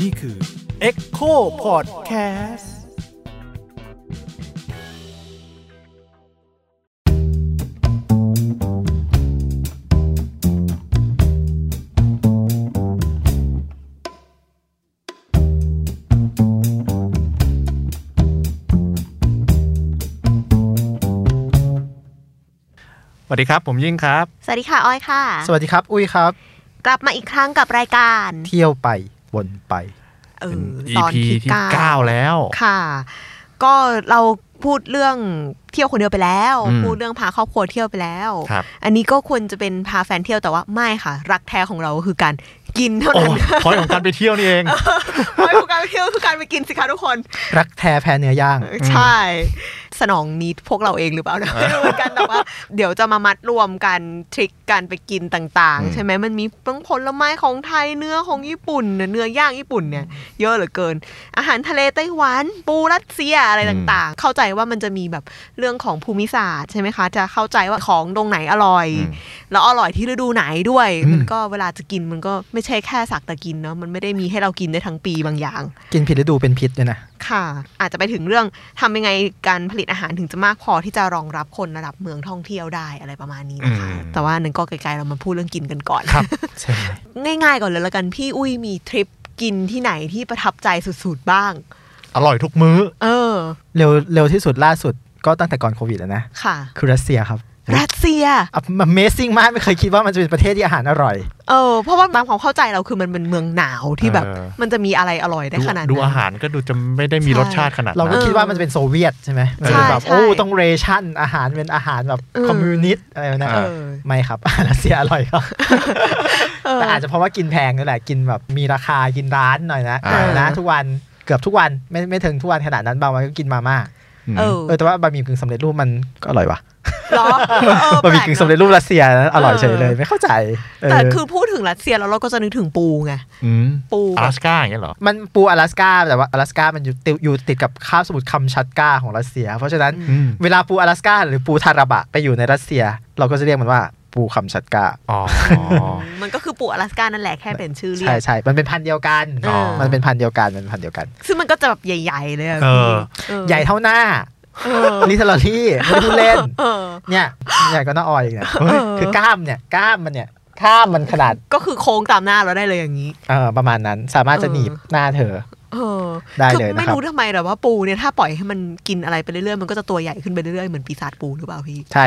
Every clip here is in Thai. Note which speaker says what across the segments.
Speaker 1: นี่คือ
Speaker 2: Echo Podcast
Speaker 3: สวัสดีครับ ผมยิ่งครับ
Speaker 4: สวัสดีค่ะ อ้อยค่ะ
Speaker 2: สวัสดีครับ อุ้ยครับ
Speaker 4: กลับมาอีกครั้งกับรายการ
Speaker 2: เที่ยวไปวนไป
Speaker 4: เอ
Speaker 3: เป็น
Speaker 4: อตอน
Speaker 3: EP
Speaker 4: ที่
Speaker 3: ที่
Speaker 4: เก้า
Speaker 3: 9 แล้ว
Speaker 4: ค่ะ ก็เราพูดเรื่องเที่ยวคนเดียวไปแล้ว
Speaker 3: อืม
Speaker 4: พูดเรื่องพาครอบครัวเที่ยวไปแล้ว
Speaker 3: ครับ
Speaker 4: อันนี้ก็ควรจะเป็นพาแฟนเที่ยวแต่ว่าไม่ค่ะ รักแท้ของเราคือการกินเท่า
Speaker 3: โอ้
Speaker 4: นั้น
Speaker 3: ยพอยของการไปเที่ยวนี่เอง
Speaker 4: ไม่คือการไปเที่ยวคือการไปกินสิคะทุกคน
Speaker 2: รักแท้แพ้เนื้อย่าง
Speaker 4: ใช่ สนองนิดพวกเราเองหรือเปล่านะไม่รู้เหมือนกันแต่ว่า เดี๋ยวจะมามัดรวมกันทริคการไปกินต่าง
Speaker 3: อืม
Speaker 4: ๆ ใช่ไหมมันมีทั้งผลไม้ของไทยเนื้อของญี่ปุ่นเนี่ยเนื้อย่างญี่ปุ่นเนี่ยเยอะเหลือเกิน อาหารทะเลไต้หวัน ปูรัสเซียอะไรต่างๆ เข้าใจว่ามันจะมีแบบเรื่องของภูมิศาสตร์ใช่ไหมคะ จะเข้าใจว่าของตรงไหนอร่อย
Speaker 3: อืม
Speaker 4: แล้วอร่อยที่ฤดูไหนด้วย
Speaker 3: อืม
Speaker 4: มันก็เวลาจะกินมันก็ไม่ใช่แค่สักแต่กินเนาะมันไม่ได้มีให้เรากินได้ทั้งปีบางอย่าง
Speaker 2: กินผิดฤดูเป็นพิษด้วยนะ
Speaker 4: ค่ะ อาจจะไปถึงเรื่องทำยังไงการผลิตอาหารถึงจะมากพอที่จะรองรับคนระดับเมืองท่องเที่ยวได้อะไรประมาณนี้นะคะ
Speaker 3: อืม
Speaker 4: แต่ว่าหนึ่งก็ไกลๆเรามาพูดเรื่องกินกันก่อน
Speaker 3: ครับ
Speaker 2: ใช่
Speaker 4: ง่ายๆก่อนเลยละกันพี่อุ้ยมีทริปกินที่ไหนที่ประทับใจสุดๆบ้าง
Speaker 3: อร่อยทุกมื้อ
Speaker 4: เออ
Speaker 2: เร็วเร็วที่สุดล่าสุดก็ตั้งแต่ก่อนโควิดแล้วนะ
Speaker 4: ค่ะ
Speaker 2: คือรัสเซีย ครับ
Speaker 4: รัสเซีย
Speaker 2: อ่ะ Amazing มากไม่เคยคิดว่ามันจะเป็นประเทศที่อาหารอร่อย
Speaker 4: เออ เพราะว่าตามความเข้าใจเราคือมันเป็นเมืองหนาวที่แบบ
Speaker 3: เออ
Speaker 4: มันจะมีอะไรอร่อยได้
Speaker 3: ดู
Speaker 4: ขนาด
Speaker 3: ดู
Speaker 4: นั้น
Speaker 3: อาหารก็ดูจะไม่ได้มี
Speaker 4: ใช่
Speaker 3: รสชาติขนาด
Speaker 2: เราก็
Speaker 3: นั้น
Speaker 2: คิดว่ามันจะเป็นโซเวียตใช่ไหม
Speaker 3: ใช่
Speaker 2: มันแบบ
Speaker 4: ใช่
Speaker 2: โอ้ต้องเรชั่นอาหารเป็นอาหารแบบ
Speaker 4: เออ
Speaker 2: คอมมิวนิสต์อะไรนะ
Speaker 4: เออ
Speaker 2: ไม่ครับ รัสเซียอร่อยครับ
Speaker 4: เออ
Speaker 2: แต่อาจจะเพราะว่ากินแพงนี่แหละกินแบบมีราคากินร้านหน่อยนะ
Speaker 3: อ่า
Speaker 2: นะทุกวันเกือบทุกวันไม่ไม่ถึงทุกวันขนาดนั้นบางวันก็กินมาม่า
Speaker 3: อืม
Speaker 4: เออ
Speaker 2: เออแต่ว่าบะหมี่กึ่งสำเร็จรูปมันก็อร่อยว่ะ
Speaker 4: เหรอเออบ
Speaker 2: ะหมี่
Speaker 4: แปล
Speaker 2: กึ่ง
Speaker 4: เน
Speaker 2: สำ
Speaker 4: อะ
Speaker 2: เร็จรูปรัสเซียนะอร่อยเฉยเลย
Speaker 4: เออ
Speaker 2: ไม่เข้าใจเ
Speaker 4: แต่คือพูดถึงรัสเซียแล้วเราก็จะนึกถึงปูไง
Speaker 3: อืม
Speaker 4: ปู
Speaker 3: อลาสก้าอย่างเงี้ยเหรอ
Speaker 2: มันปูอลาสก้าแต่ว่าอลาสก้ามันอยู่ติดอยู่ติดกับคาบสมุทรคัมชัตกาของรัสเซีย เพราะฉะนั้น
Speaker 3: อืม
Speaker 2: เวลาปูอลาสก้าหรือปูทาราบะไปอยู่ในรัสเซีย เราก็จะเรียกมันว่าปูคัมชัตกา
Speaker 3: อ๋อ
Speaker 4: มันก็คือปูอลาสก้านั่นแหละแค่เปลี่ยนชื่อเรีย
Speaker 2: ใช่
Speaker 4: ก
Speaker 2: ใช่มันเป็นพันธุ์เดียวกัน
Speaker 4: เออ
Speaker 2: มันเป็นพันธุ์เดียวกันมันเป็นพันธุ์เดียวกัน
Speaker 4: ซึ่งมันก็จะแบบใหญ่ ๆ เลยอะ
Speaker 3: เอ
Speaker 4: พี่
Speaker 3: อ
Speaker 4: เออ
Speaker 2: ใหญ่เท่าหน้า
Speaker 4: เออ
Speaker 2: ลิทลอรี่ไม่ได้พูดเล่น
Speaker 4: เออ
Speaker 2: เนี่ยใหญ่ก็น่าออยอีกนะ
Speaker 4: เออ
Speaker 2: คือกล้ามเนี่ยกล้ามมันเนี่ยข้ามมันขนาด
Speaker 4: ก็คือโค้งตามหน้าเราได้เลยอย่างนี้
Speaker 2: เออประมาณนั้นสามารถจะหนีบหน้าเธอ
Speaker 4: เออ
Speaker 2: ได้
Speaker 4: คือ
Speaker 2: เลยนะครับ
Speaker 4: ไม่รู้ทำไมแต่ว่าปูเนี่ยถ้าปล่อยให้มันกินอะไรไปเรื่อยๆมันก็จะตัวใหญ่ขึ้นไปเรื่อยๆเหมือนปีศาจปูหรือเปล่าพี่
Speaker 2: ใช่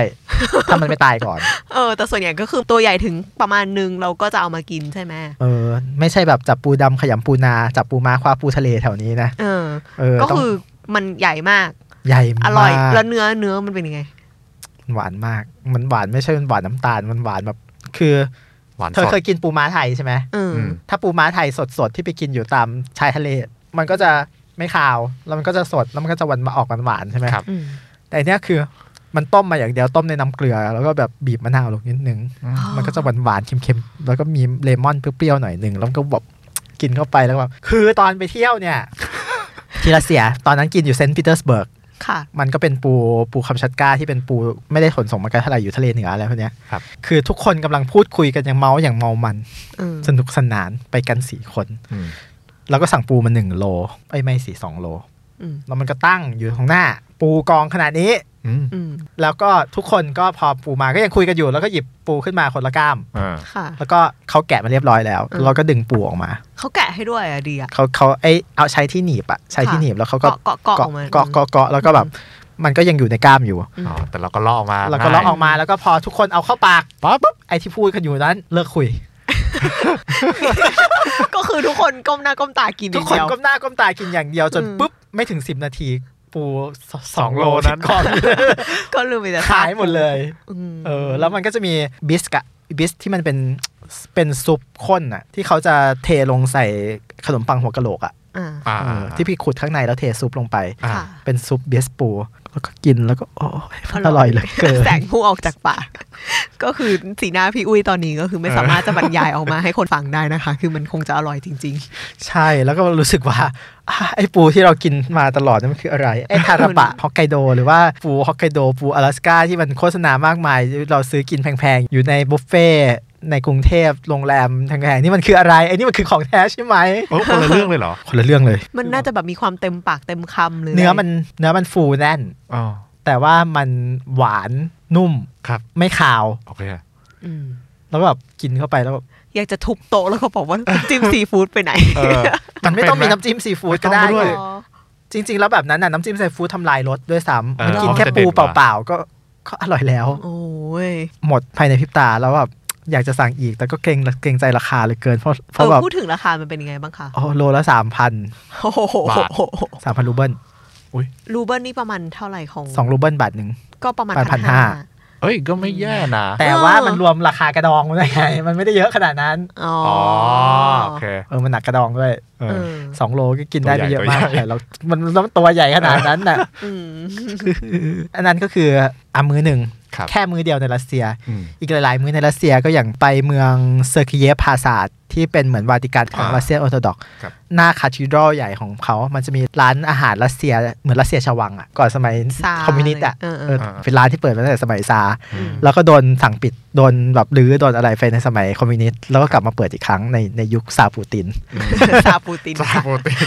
Speaker 2: ถ้ามันไม่ตายก่อน
Speaker 4: เออแต่ส่วนใหญ่ก็คือตัวใหญ่ถึงประมาณนึงเราก็จะเอามากินใช่ไหม
Speaker 2: เออ ไม่ใช่แบบจับปูดำขยำปูนาจับปูม้าคว้าปูทะเลแถวนี้นะ
Speaker 4: เออ
Speaker 2: เออ
Speaker 4: ก็
Speaker 2: ต้อง
Speaker 4: คือมันใหญ่มาก
Speaker 2: ใหญ่มาก
Speaker 4: อร่อยแล้วเนื้อเนื้อมันเป็นยังไง
Speaker 2: หวานมาก มันหวานไม่ใช่มันหวานน้ำตาลมันหวานแบบคือ
Speaker 3: หวาน
Speaker 2: เธ
Speaker 3: ส
Speaker 2: อ
Speaker 3: ด
Speaker 2: เคยกินปูม้าไทยใช่ไหม
Speaker 4: เออ
Speaker 3: อืม
Speaker 2: ถ้าปูม้าไทยสดๆ ที่ไปกินอยู่ตามชายทะเล มันก็จะไม่ขาว แล้วมันก็จะสด แล้วมันก็จะหวานมาออกหวานๆใช่ไหม
Speaker 3: ครับ
Speaker 4: อืม
Speaker 2: แต่อันเนี้ยคือมันต้มมาอย่างเดียวต้มในน้ำเกลือ แล้วก็แบบบีบมะนาวลงนิดนึง มันก็จะหวานๆเค็มๆ แล้วก็มีเลมอนเปรี้ยวๆหน่อยหนึ่งแล้วมันก็แบบกินเข้าไปแล้วก็แบบคือตอนไปเที่ยวเนี่ย ที่รัสเซีย ตอนนั้นกินอยู่เซนต์ปีเตอร์สเบิร์ก
Speaker 4: ค่ะ
Speaker 2: มันก็เป็นปูปูคำชัดก้าที่เป็นปูไม่ได้ขนส่งมาไกลเท่าไหร่อยู่ทะเลเหนืออะไรพวกเนี้ย
Speaker 3: ครับ
Speaker 2: คือทุกคนกำลังพูดคุยกันอย่างเมาอย่างเมามัน
Speaker 4: เออ
Speaker 2: สนุกสนานไปกันสี่คน
Speaker 3: อืม
Speaker 2: แล้วก็สั่งปูมาหนึ่งโลไอ้ยไม่สี่สองโล
Speaker 4: อืม
Speaker 2: แล้วมันก็ตั้งอยู่ของหน้า ปูกองขนาดนี้
Speaker 3: อืม
Speaker 4: อืม
Speaker 2: แล้วก็ทุกคนก็พอปูมาก็ยังคุยกันอยู่ แล้วก็หยิบปูขึ้นมาคนละก้าม
Speaker 3: อ่า
Speaker 4: ค่ะ
Speaker 2: แล้วก็เขาแกะมาเรียบร้อยแล้ว
Speaker 4: อืม
Speaker 2: เราก็ดึงปูออกมา
Speaker 4: เขาแกะให้ด้วยอะดีอะ
Speaker 2: เขาเขาไอยเอาใช้ที่หนีบอะใช้ที่หนีบแล้วเขาก็
Speaker 4: เกาะเกาะเกาะออกมา
Speaker 2: เกาะเกาะเกาะแล้วก็แบบมันก็ยังอยู่ในก้ามอยู่
Speaker 3: อ๋อ แต่เราก็ลอกมา
Speaker 2: แล้วก็ล็อกออกมาแล้วก็พอทุกคนเอาเข้าปากปั๊บปุ๊บไอที่พูดกันอยู่นั้นเลิกคุย
Speaker 4: ก็คือทุกคนก้มหน้าก้มตากินอ
Speaker 2: ทุก
Speaker 4: ย่างเดี
Speaker 2: คน
Speaker 4: ยว
Speaker 2: ก้มหน้าก้มตากินอย่างเดียวจน
Speaker 4: อืม
Speaker 2: ปุ๊บไม่ถึง 10 นาที ปูสส
Speaker 3: ส
Speaker 2: อ
Speaker 3: อง ง
Speaker 2: โล
Speaker 3: โล
Speaker 2: นั้
Speaker 3: นั้น น
Speaker 2: ก้อน
Speaker 4: ก็ลืมไปแต่
Speaker 2: ขายห มดเลย
Speaker 4: อืม
Speaker 2: เออ แล้วมันก็จะมีบิสกะบิสที่มันเป็นเป็นซุปข้นอ่ะ ที่เขาจะเทลงใส่ขนมปังหัวกะโหลกอ่ะ
Speaker 4: อ่า
Speaker 3: อ่า
Speaker 2: เออที่พี่ขุดข้างในแล้วเทซุปลงไป
Speaker 3: อ่า
Speaker 4: ค่ะ
Speaker 2: เป็นซุปบิสปูแล้วก็กินแล้วก็โอ้ยมันอร่อยเหลือเกิน
Speaker 4: แสงพุ่งออกจากปาก ก็คือสีหน้าพี่อุ้ยตอนนี้ก็คือไม่สามารถจะบรรยายออกมาให้คนฟังได้นะคะ คือมันคงจะอร่อยจริง
Speaker 2: ใช่แล้วก็รู้สึกว่าอ่ะไอ้ปูที่เรากินมาตลอดนั่นมันคืออะไรไอ้ทารา บะฮอกไกโดหรือว่าปูฮอกไกโดปูอลาสก้าที่มันโฆษณามากมาย เราซื้อกินแพงๆ อยู่ในบุฟเฟ่ ในกรุงเทพโรงแรมแพงๆนี่มันคืออะไรไอ้นี่มันคือของแท้ใช่ไหม
Speaker 3: โอ้คนละเรื่องเลยเหรอ
Speaker 2: คนละเรื่องเลย
Speaker 4: มันน่าจะแบบมีความเต็มปากเต็มคำหรือ
Speaker 2: เนื้อ
Speaker 4: อะไร
Speaker 2: มันเนื้อมันฟูแน่น
Speaker 3: อ๋อ
Speaker 2: แต่ว่ามันหวานนุ่ม
Speaker 3: ครับ
Speaker 2: ไม่ขาว
Speaker 3: โอเคอะ
Speaker 4: อืม
Speaker 2: แล้วแบบกินเข้าไปแล้วแบบ
Speaker 4: อยากจะทุบโต๊ะแล้วก็บอกว่า จิ้มซีฟู้ดไปไหน
Speaker 3: เออ
Speaker 2: มันไม่ต้องมี
Speaker 3: จำเป็ห
Speaker 2: น้ำจิ้มซีฟู้ดก็
Speaker 3: ไม่ต้
Speaker 2: ได้
Speaker 3: องด้วย
Speaker 4: อ๋อ
Speaker 2: จริง ๆ แล้วแบบนั้นน่ะน้ำจิ้มซีฟู้ดทำลายรสด้วย
Speaker 3: เอ
Speaker 2: ซ้ำ
Speaker 3: อ
Speaker 2: มันกินแค่
Speaker 3: จะเด็
Speaker 2: ปู
Speaker 3: ดกว่า
Speaker 2: เปล่าๆก็ก็อร่อยแล้ว
Speaker 4: โอ้ย
Speaker 2: หมดภายในพริบตาแล้วแบบอยากจะสั่งอีก แต่ก็เกรงเกรงใจราคาเหลยเกินเพราะเพ
Speaker 4: เอ
Speaker 2: ราะ
Speaker 4: อ
Speaker 2: แบบ
Speaker 4: พูดถึงราคามันเป็นยังไงบ้างคะ
Speaker 2: โอ้โลละสามพัน
Speaker 4: โอ้โห
Speaker 3: บาท
Speaker 2: สามพันรูเบิล
Speaker 4: รูเบิลนี่ประมาณเท่าไหร่ของ
Speaker 2: สองรูเบิลบาทหนึ่ง
Speaker 4: ก็ประมาณ
Speaker 2: แปดพั
Speaker 4: พั
Speaker 2: น
Speaker 4: น
Speaker 2: ห้า
Speaker 4: ห้า
Speaker 3: เอ้ย ก็ไม่แย่นะ
Speaker 2: แต่
Speaker 4: เออ
Speaker 2: ว่ามันรวมราคากระดองด้วยไงมันไม่ได้เยอะขนาดนั้น
Speaker 4: อ๋อ
Speaker 3: อ๋
Speaker 4: อ
Speaker 3: อ โอเค
Speaker 2: เออมันหนักกระดองด้วย
Speaker 3: เอ
Speaker 4: เอ
Speaker 3: อ
Speaker 4: อ
Speaker 2: สองโลก็กินได้
Speaker 3: ตัว
Speaker 2: ไม่
Speaker 3: ใหญ่
Speaker 2: เยอะมาก
Speaker 3: ตัวใหญ่
Speaker 2: แต่เรามันมันตัวใหญ่ขนาดนั้นน่ะ
Speaker 4: อืม
Speaker 2: อันนั้นก็คืออ่ะมือหนึ่ง
Speaker 3: ครับ
Speaker 2: แค่มือเดียวในรัสเซีย
Speaker 3: อืม
Speaker 2: อีกหลาย ๆ มือในรัสเซียก็อย่างไปเมืองเซอร์คิเยฟพาซาดที่เป็นเหมือนวาติกันของ
Speaker 3: อ่า
Speaker 2: รัสเซียออร์โธดอกซ์
Speaker 3: ครับ
Speaker 2: หน้าคาทีดรอลใหญ่ของเขา มันจะมีร้านอาหารรัสเซียเหมือนรัสเซียชวังอ่ะก่อนสมัย
Speaker 4: ซา
Speaker 2: คอมมิวนิสต์อ่ะ
Speaker 4: เออเอ
Speaker 2: เออ
Speaker 4: อ
Speaker 2: เป็นร้านที่เปิดมาตั้งแต่สมัยซาร์
Speaker 4: อืม
Speaker 2: แล้วก็โดนสั่งปิดโดนแบบรื้อโดนอะไรไปในสมัยคอมมิวนิสต์แล้วก็กลับมาเปิดอีกครั้งในในยุคซาร์ปูติน
Speaker 4: ซาปูติน
Speaker 3: สายโปรตีน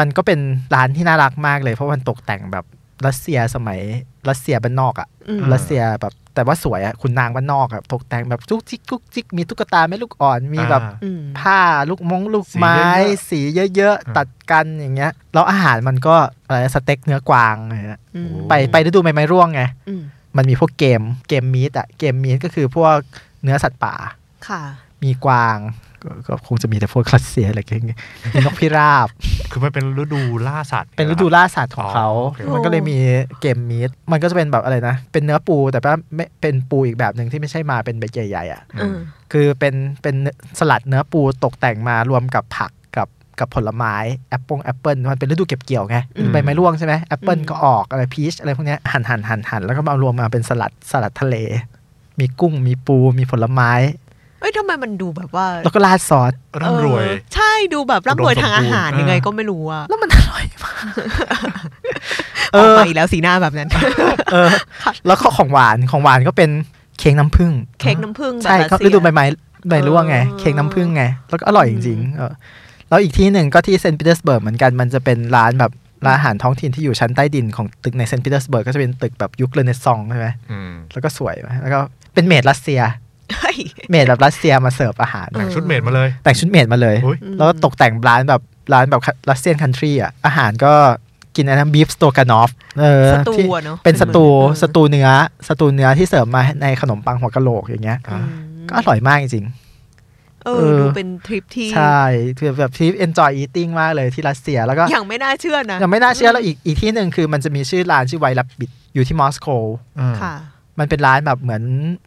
Speaker 2: มันก็เป็นร้านที่น่ารักมากเลยเพราะมันตกแต่งแบบรัสเซียสมัยรัสเซียบ้านนอกอ่ะ
Speaker 4: อืม
Speaker 3: แล้ว
Speaker 2: รัสเซียแบบแต่ว่าสวยอะคุณนางบ้านนอกอะตกแต่งแบบจุกจิกจุกจิกมีตุ๊กตาแม่ลูกอ่อนมีแบบ
Speaker 3: อ่า
Speaker 4: อืม
Speaker 2: ผ้าลูกมงลูก
Speaker 3: สี
Speaker 2: ไม้
Speaker 3: เยอะๆ
Speaker 2: สีเยอะ
Speaker 3: อ่า
Speaker 2: ๆ ตัดกันอย่างเงี้ยแล้วอาหารมันก็อะไรนะสเต็กเนื้อกวางอะไรเงี้ย
Speaker 4: อืม
Speaker 2: ไปไปฤดูใบไม้ร่วงไง
Speaker 4: อืม
Speaker 2: มันมีพวกเกมเกมมีดอะเกมมีดก็คือพวกเนื้อสัตว์ป่า
Speaker 4: ค่ะ
Speaker 2: มีกวางก็ก็คงจะมีแต่พวกรัสเซียอะไรอย่างเงี้ยมีนกพิราบ
Speaker 3: คือมันเป็นฤดูล่าสัตว์
Speaker 2: เป็นฤดูล่าสัตว์ของเขา
Speaker 3: อ๋อโอเค
Speaker 2: มันก็เลยมีเกมมีดมันก็จะเป็นแบบอะไรนะ เป็นเนื้อปูแต่ว่าไม่เป็นปูอีกแบบหนึ่งที่ไม่ใช่มาเป็นใบใหญ่ๆอ่ะ
Speaker 4: เออ
Speaker 2: คือเป็นเป็นสลัดเนื้อปูตกแต่งมารวมกับผักกับกับผลไม้แอปเปิลแอปเปิลมันเป็นฤดูเก็บเกี่ยวไง
Speaker 4: อืม
Speaker 2: ใบไม้ร่วงใช่ไหมแอปเปิล
Speaker 4: อืม
Speaker 2: ก็ออกอะไรพีชอะไรพวกเนี้ยหั่นหั่นหั่นหั่นแล้วก็มารวมมาเป็นสลัดสลัดทะเล มีกุ้งมีปูมีผลไม้
Speaker 4: เอ้ยทำไมมันดูแบบว่า
Speaker 2: แล้วก็ราดซอส
Speaker 3: ร่ำรวย
Speaker 4: เออใช่ดูแบบร่ำรวยทางอาหาร
Speaker 3: อุดมสมบูรณ์
Speaker 4: ยังไงก็ไม่รู้อะ
Speaker 2: แล้วมันอร่อยมากเอ
Speaker 4: เอา
Speaker 2: อ
Speaker 4: ไปอีกแล้วสีหน้าแบบนั้น
Speaker 2: เออ แล้วก็ของหวานของหวานก็เป็นเค้กน้ำผึ้ง
Speaker 4: เค้กน้ำผึ้งแบบ
Speaker 2: ใช่
Speaker 4: รัส
Speaker 2: เขา
Speaker 4: เซีย
Speaker 2: ฤดูใบไม้ใบร่วงไง
Speaker 4: เออ
Speaker 2: เค้กน้ำผึ้งไง แล้วก็อร่อยจริง
Speaker 4: อืม
Speaker 2: ๆเออแล้วอีกที่หนึ่งก็ที่เซนต์ปีเตอร์สเบิร์กเหมือนกันมันจะเป็นร้านแบบร้านอาหารท้องถิ่นที่อยู่ชั้นใต้ดินของตึกในเซนต์ปีเตอร์สเบิร์กก็จะเป็นตึกแบบยุคเรเนซองส์ใช่ไหม
Speaker 3: อืม
Speaker 2: แล้วก็สวยไหมแล้วก็เป็นเมดรัสเซีย
Speaker 4: เฮ้ย
Speaker 2: เมดแบบรัสเซียมาเสิร์ฟอาหาร
Speaker 4: เอ
Speaker 3: แต่
Speaker 4: อ
Speaker 3: งชุดเมดมาเลย
Speaker 2: แต่งชุดเมดมาเลย
Speaker 3: อุ้ย
Speaker 4: อืม
Speaker 2: แล้วตกแต่งร้านแบบร้านแบบรัสเซียนคันทรีอ่ะอาหารก็กินอะไรนะบีฟสโตกานอฟเออ
Speaker 4: สตู
Speaker 2: ที่
Speaker 4: อะเนาะ
Speaker 2: เป็นสตู
Speaker 4: เออ
Speaker 2: สตูเนื้อสตูเนื้อที่เสิร์ฟมาในขนมปังหัวกะโหลกอย่างเงี้ย
Speaker 4: อืม
Speaker 2: ก็อร่อยมากจริง
Speaker 4: เอ
Speaker 2: เอ
Speaker 4: อ
Speaker 2: อ
Speaker 4: ดูเป็นทริปที่
Speaker 2: ใช่คือแบบที่ enjoy eating มากเลยที่รัสเซีย แล้วก็
Speaker 4: อย่างไม่น่าเชื่อนะ
Speaker 2: ยังไม่น่าเชื่อแล้วอีกอีกที่หนึ่งคือมันจะมีชื่อร้านชื่อไวรับบิดอยู่ที่มอสโก
Speaker 4: ค่ะ
Speaker 2: มันเป็นร้านแบบเหมือน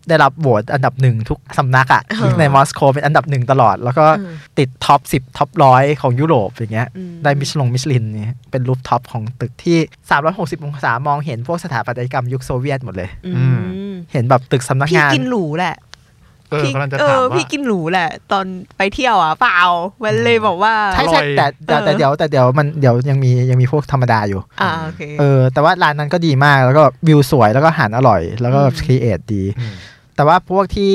Speaker 2: ได้รับโหวตอันดับหนึ่งทุกสำนักอะ
Speaker 4: เออ
Speaker 2: ในมอสโกเป็นอันดับหนึ่งตลอด แล้วก็
Speaker 4: อืม
Speaker 2: ติดท็อป 10ท็อปร้อยของยุโรปอย่างเงี้ย
Speaker 4: อื
Speaker 2: ได้มิชลงมิชลินเนี่ยเป็นรูปท็อปของตึกที่ 360 องศามองเห็นพวกสถาปัตยกรรมยุคโซเวียตหมดเลย
Speaker 4: อืม
Speaker 2: เห็นแบบตึกสำนัก
Speaker 4: พี่
Speaker 2: งาน
Speaker 4: กินหรูแหละ
Speaker 3: เออ
Speaker 4: พี่
Speaker 3: กำลังจะ
Speaker 4: เอ
Speaker 3: ถาม
Speaker 4: อ
Speaker 3: ว่า
Speaker 4: พี่กินหรูแหละ ตอนไปเที่ยวอ่ะเปล่าเวนเลยบอกว่า
Speaker 2: ใช่
Speaker 3: อร่
Speaker 2: ใช่
Speaker 3: อย
Speaker 2: แต่แต่แต่
Speaker 4: เออ
Speaker 2: เดี๋ยวแต่เดี๋ยวมันเดี๋ยวยังมียังมีพวกธรรมดาอยู่
Speaker 4: อ่าโอเค
Speaker 2: เออแต่ว่าร้านนั้นก็ดีมากแล้วก็วิวสวยแล้วก็อาหารอร่อย แล้วก็
Speaker 4: อืม
Speaker 2: ครีเอทดี
Speaker 3: อืม
Speaker 2: แต่ว่าพวกที่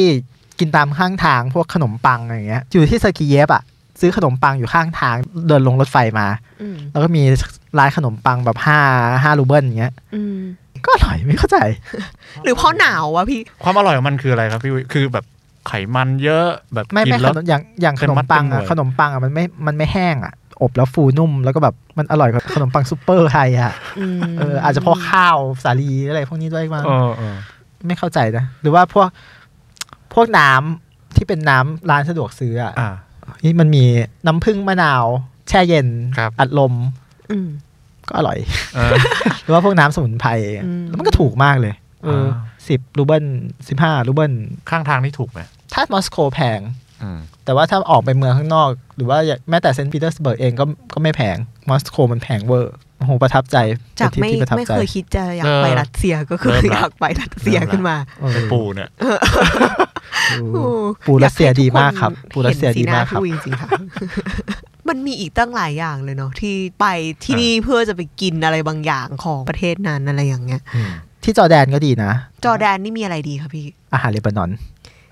Speaker 2: กินตามข้างทางพวกขนมปังอะไรอย่างเงี้ยอยู่ที่สกีเยฟอะซื้อขนมปังอยู่ข้างทางเดินลงรถไฟมา
Speaker 4: ม
Speaker 2: แล้วก็มีร้านขนมปังแบบห้าห้ารูเบิลอย่างเงี้ย
Speaker 4: อืม
Speaker 2: ก็อร่อยไม่เข้าใจ
Speaker 4: หรือเพราะหนาววะพี่
Speaker 3: ความอร่อยของมันคืออะไรครับพี่วิคือแบบไขมันเยอะแบบ
Speaker 2: ไม่
Speaker 3: กิ
Speaker 2: ไม่
Speaker 3: น
Speaker 2: ข
Speaker 3: แล้ว
Speaker 2: นมอย่างอย่างข
Speaker 3: เป็น
Speaker 2: นม
Speaker 3: มัด
Speaker 2: ปัง
Speaker 3: เป็นห
Speaker 2: อะ
Speaker 3: น่วย
Speaker 2: ขนมปังอะมันไม่มันไม่แห้งอะอบแล้วฟูนุ่มแล้วก็แบบมันอร่อยกว่าขนมปังซูเปอร์ไทยอะ
Speaker 4: อืม
Speaker 2: เอออาจจะเพราะข้าวสาลีอะไรพวกนี้ด้วยมั้ง
Speaker 3: เออเออ
Speaker 2: ไม่เข้าใจนะ หรือว่าพวกพวกน้ำที่เป็นน้ำร้านสะดวกซื้ออ่ะ
Speaker 3: อ่า
Speaker 2: นี่มันมีน้ำผึ้งมะนาว แช่เย็น
Speaker 3: ครับ
Speaker 2: อัดลม
Speaker 4: อืม
Speaker 2: ก็อร่อย
Speaker 3: เออ
Speaker 2: หรือว่าพวกน้ำสมุนไพรอะ
Speaker 4: อืม
Speaker 2: แล้วมันก็ถูกมากเลยเออ
Speaker 3: อ่า
Speaker 2: สิบรูเบิลสิบห้ารูเบิล
Speaker 3: ข้างทางนี่ถูกไหม
Speaker 2: ถ้ามอสโกแพง
Speaker 3: อืม
Speaker 2: แต่ว่าถ้าออกไปเมืองข้างนอก หรือว่าอย่างแม้แต่เซนต์ปีเตอร์สเบิร์กเองก็ก็ไม่แพง มอสโกมันแพงเวอร์โอ้โหประทับใจ
Speaker 4: จาก
Speaker 2: เป็
Speaker 4: ไม่
Speaker 2: นทริปที่ประทับ
Speaker 4: ไม่
Speaker 2: ใจ
Speaker 4: เคยคิดจะอยาก
Speaker 3: เออ
Speaker 4: ไปรัสเซียก็คือ
Speaker 3: เริ่มละ
Speaker 4: อยากไปรัสเซียขึ้นมา
Speaker 2: เออ
Speaker 3: เป็นปูเนี่ย
Speaker 2: ปู
Speaker 4: โอ้
Speaker 2: ปูรัสเซียดีมากครับ
Speaker 4: อากให้ทุน
Speaker 2: ปูรัสเซียดีมากครับ
Speaker 4: เห็นสีหน้พี่วิจริงๆค่ะ มันมีอีกตั้งหลายอย่างเลยเนาะที่ไปที่นี่เพื่อจะไปกินอะไรบางอย่างของประเทศนั้นอะไรอย่างเงี้ย
Speaker 2: ที่จอร์แดนก็ดีนะ
Speaker 4: จอร์แดนนี่มีอะไรดีคะพี่
Speaker 2: อาหารเลบานอน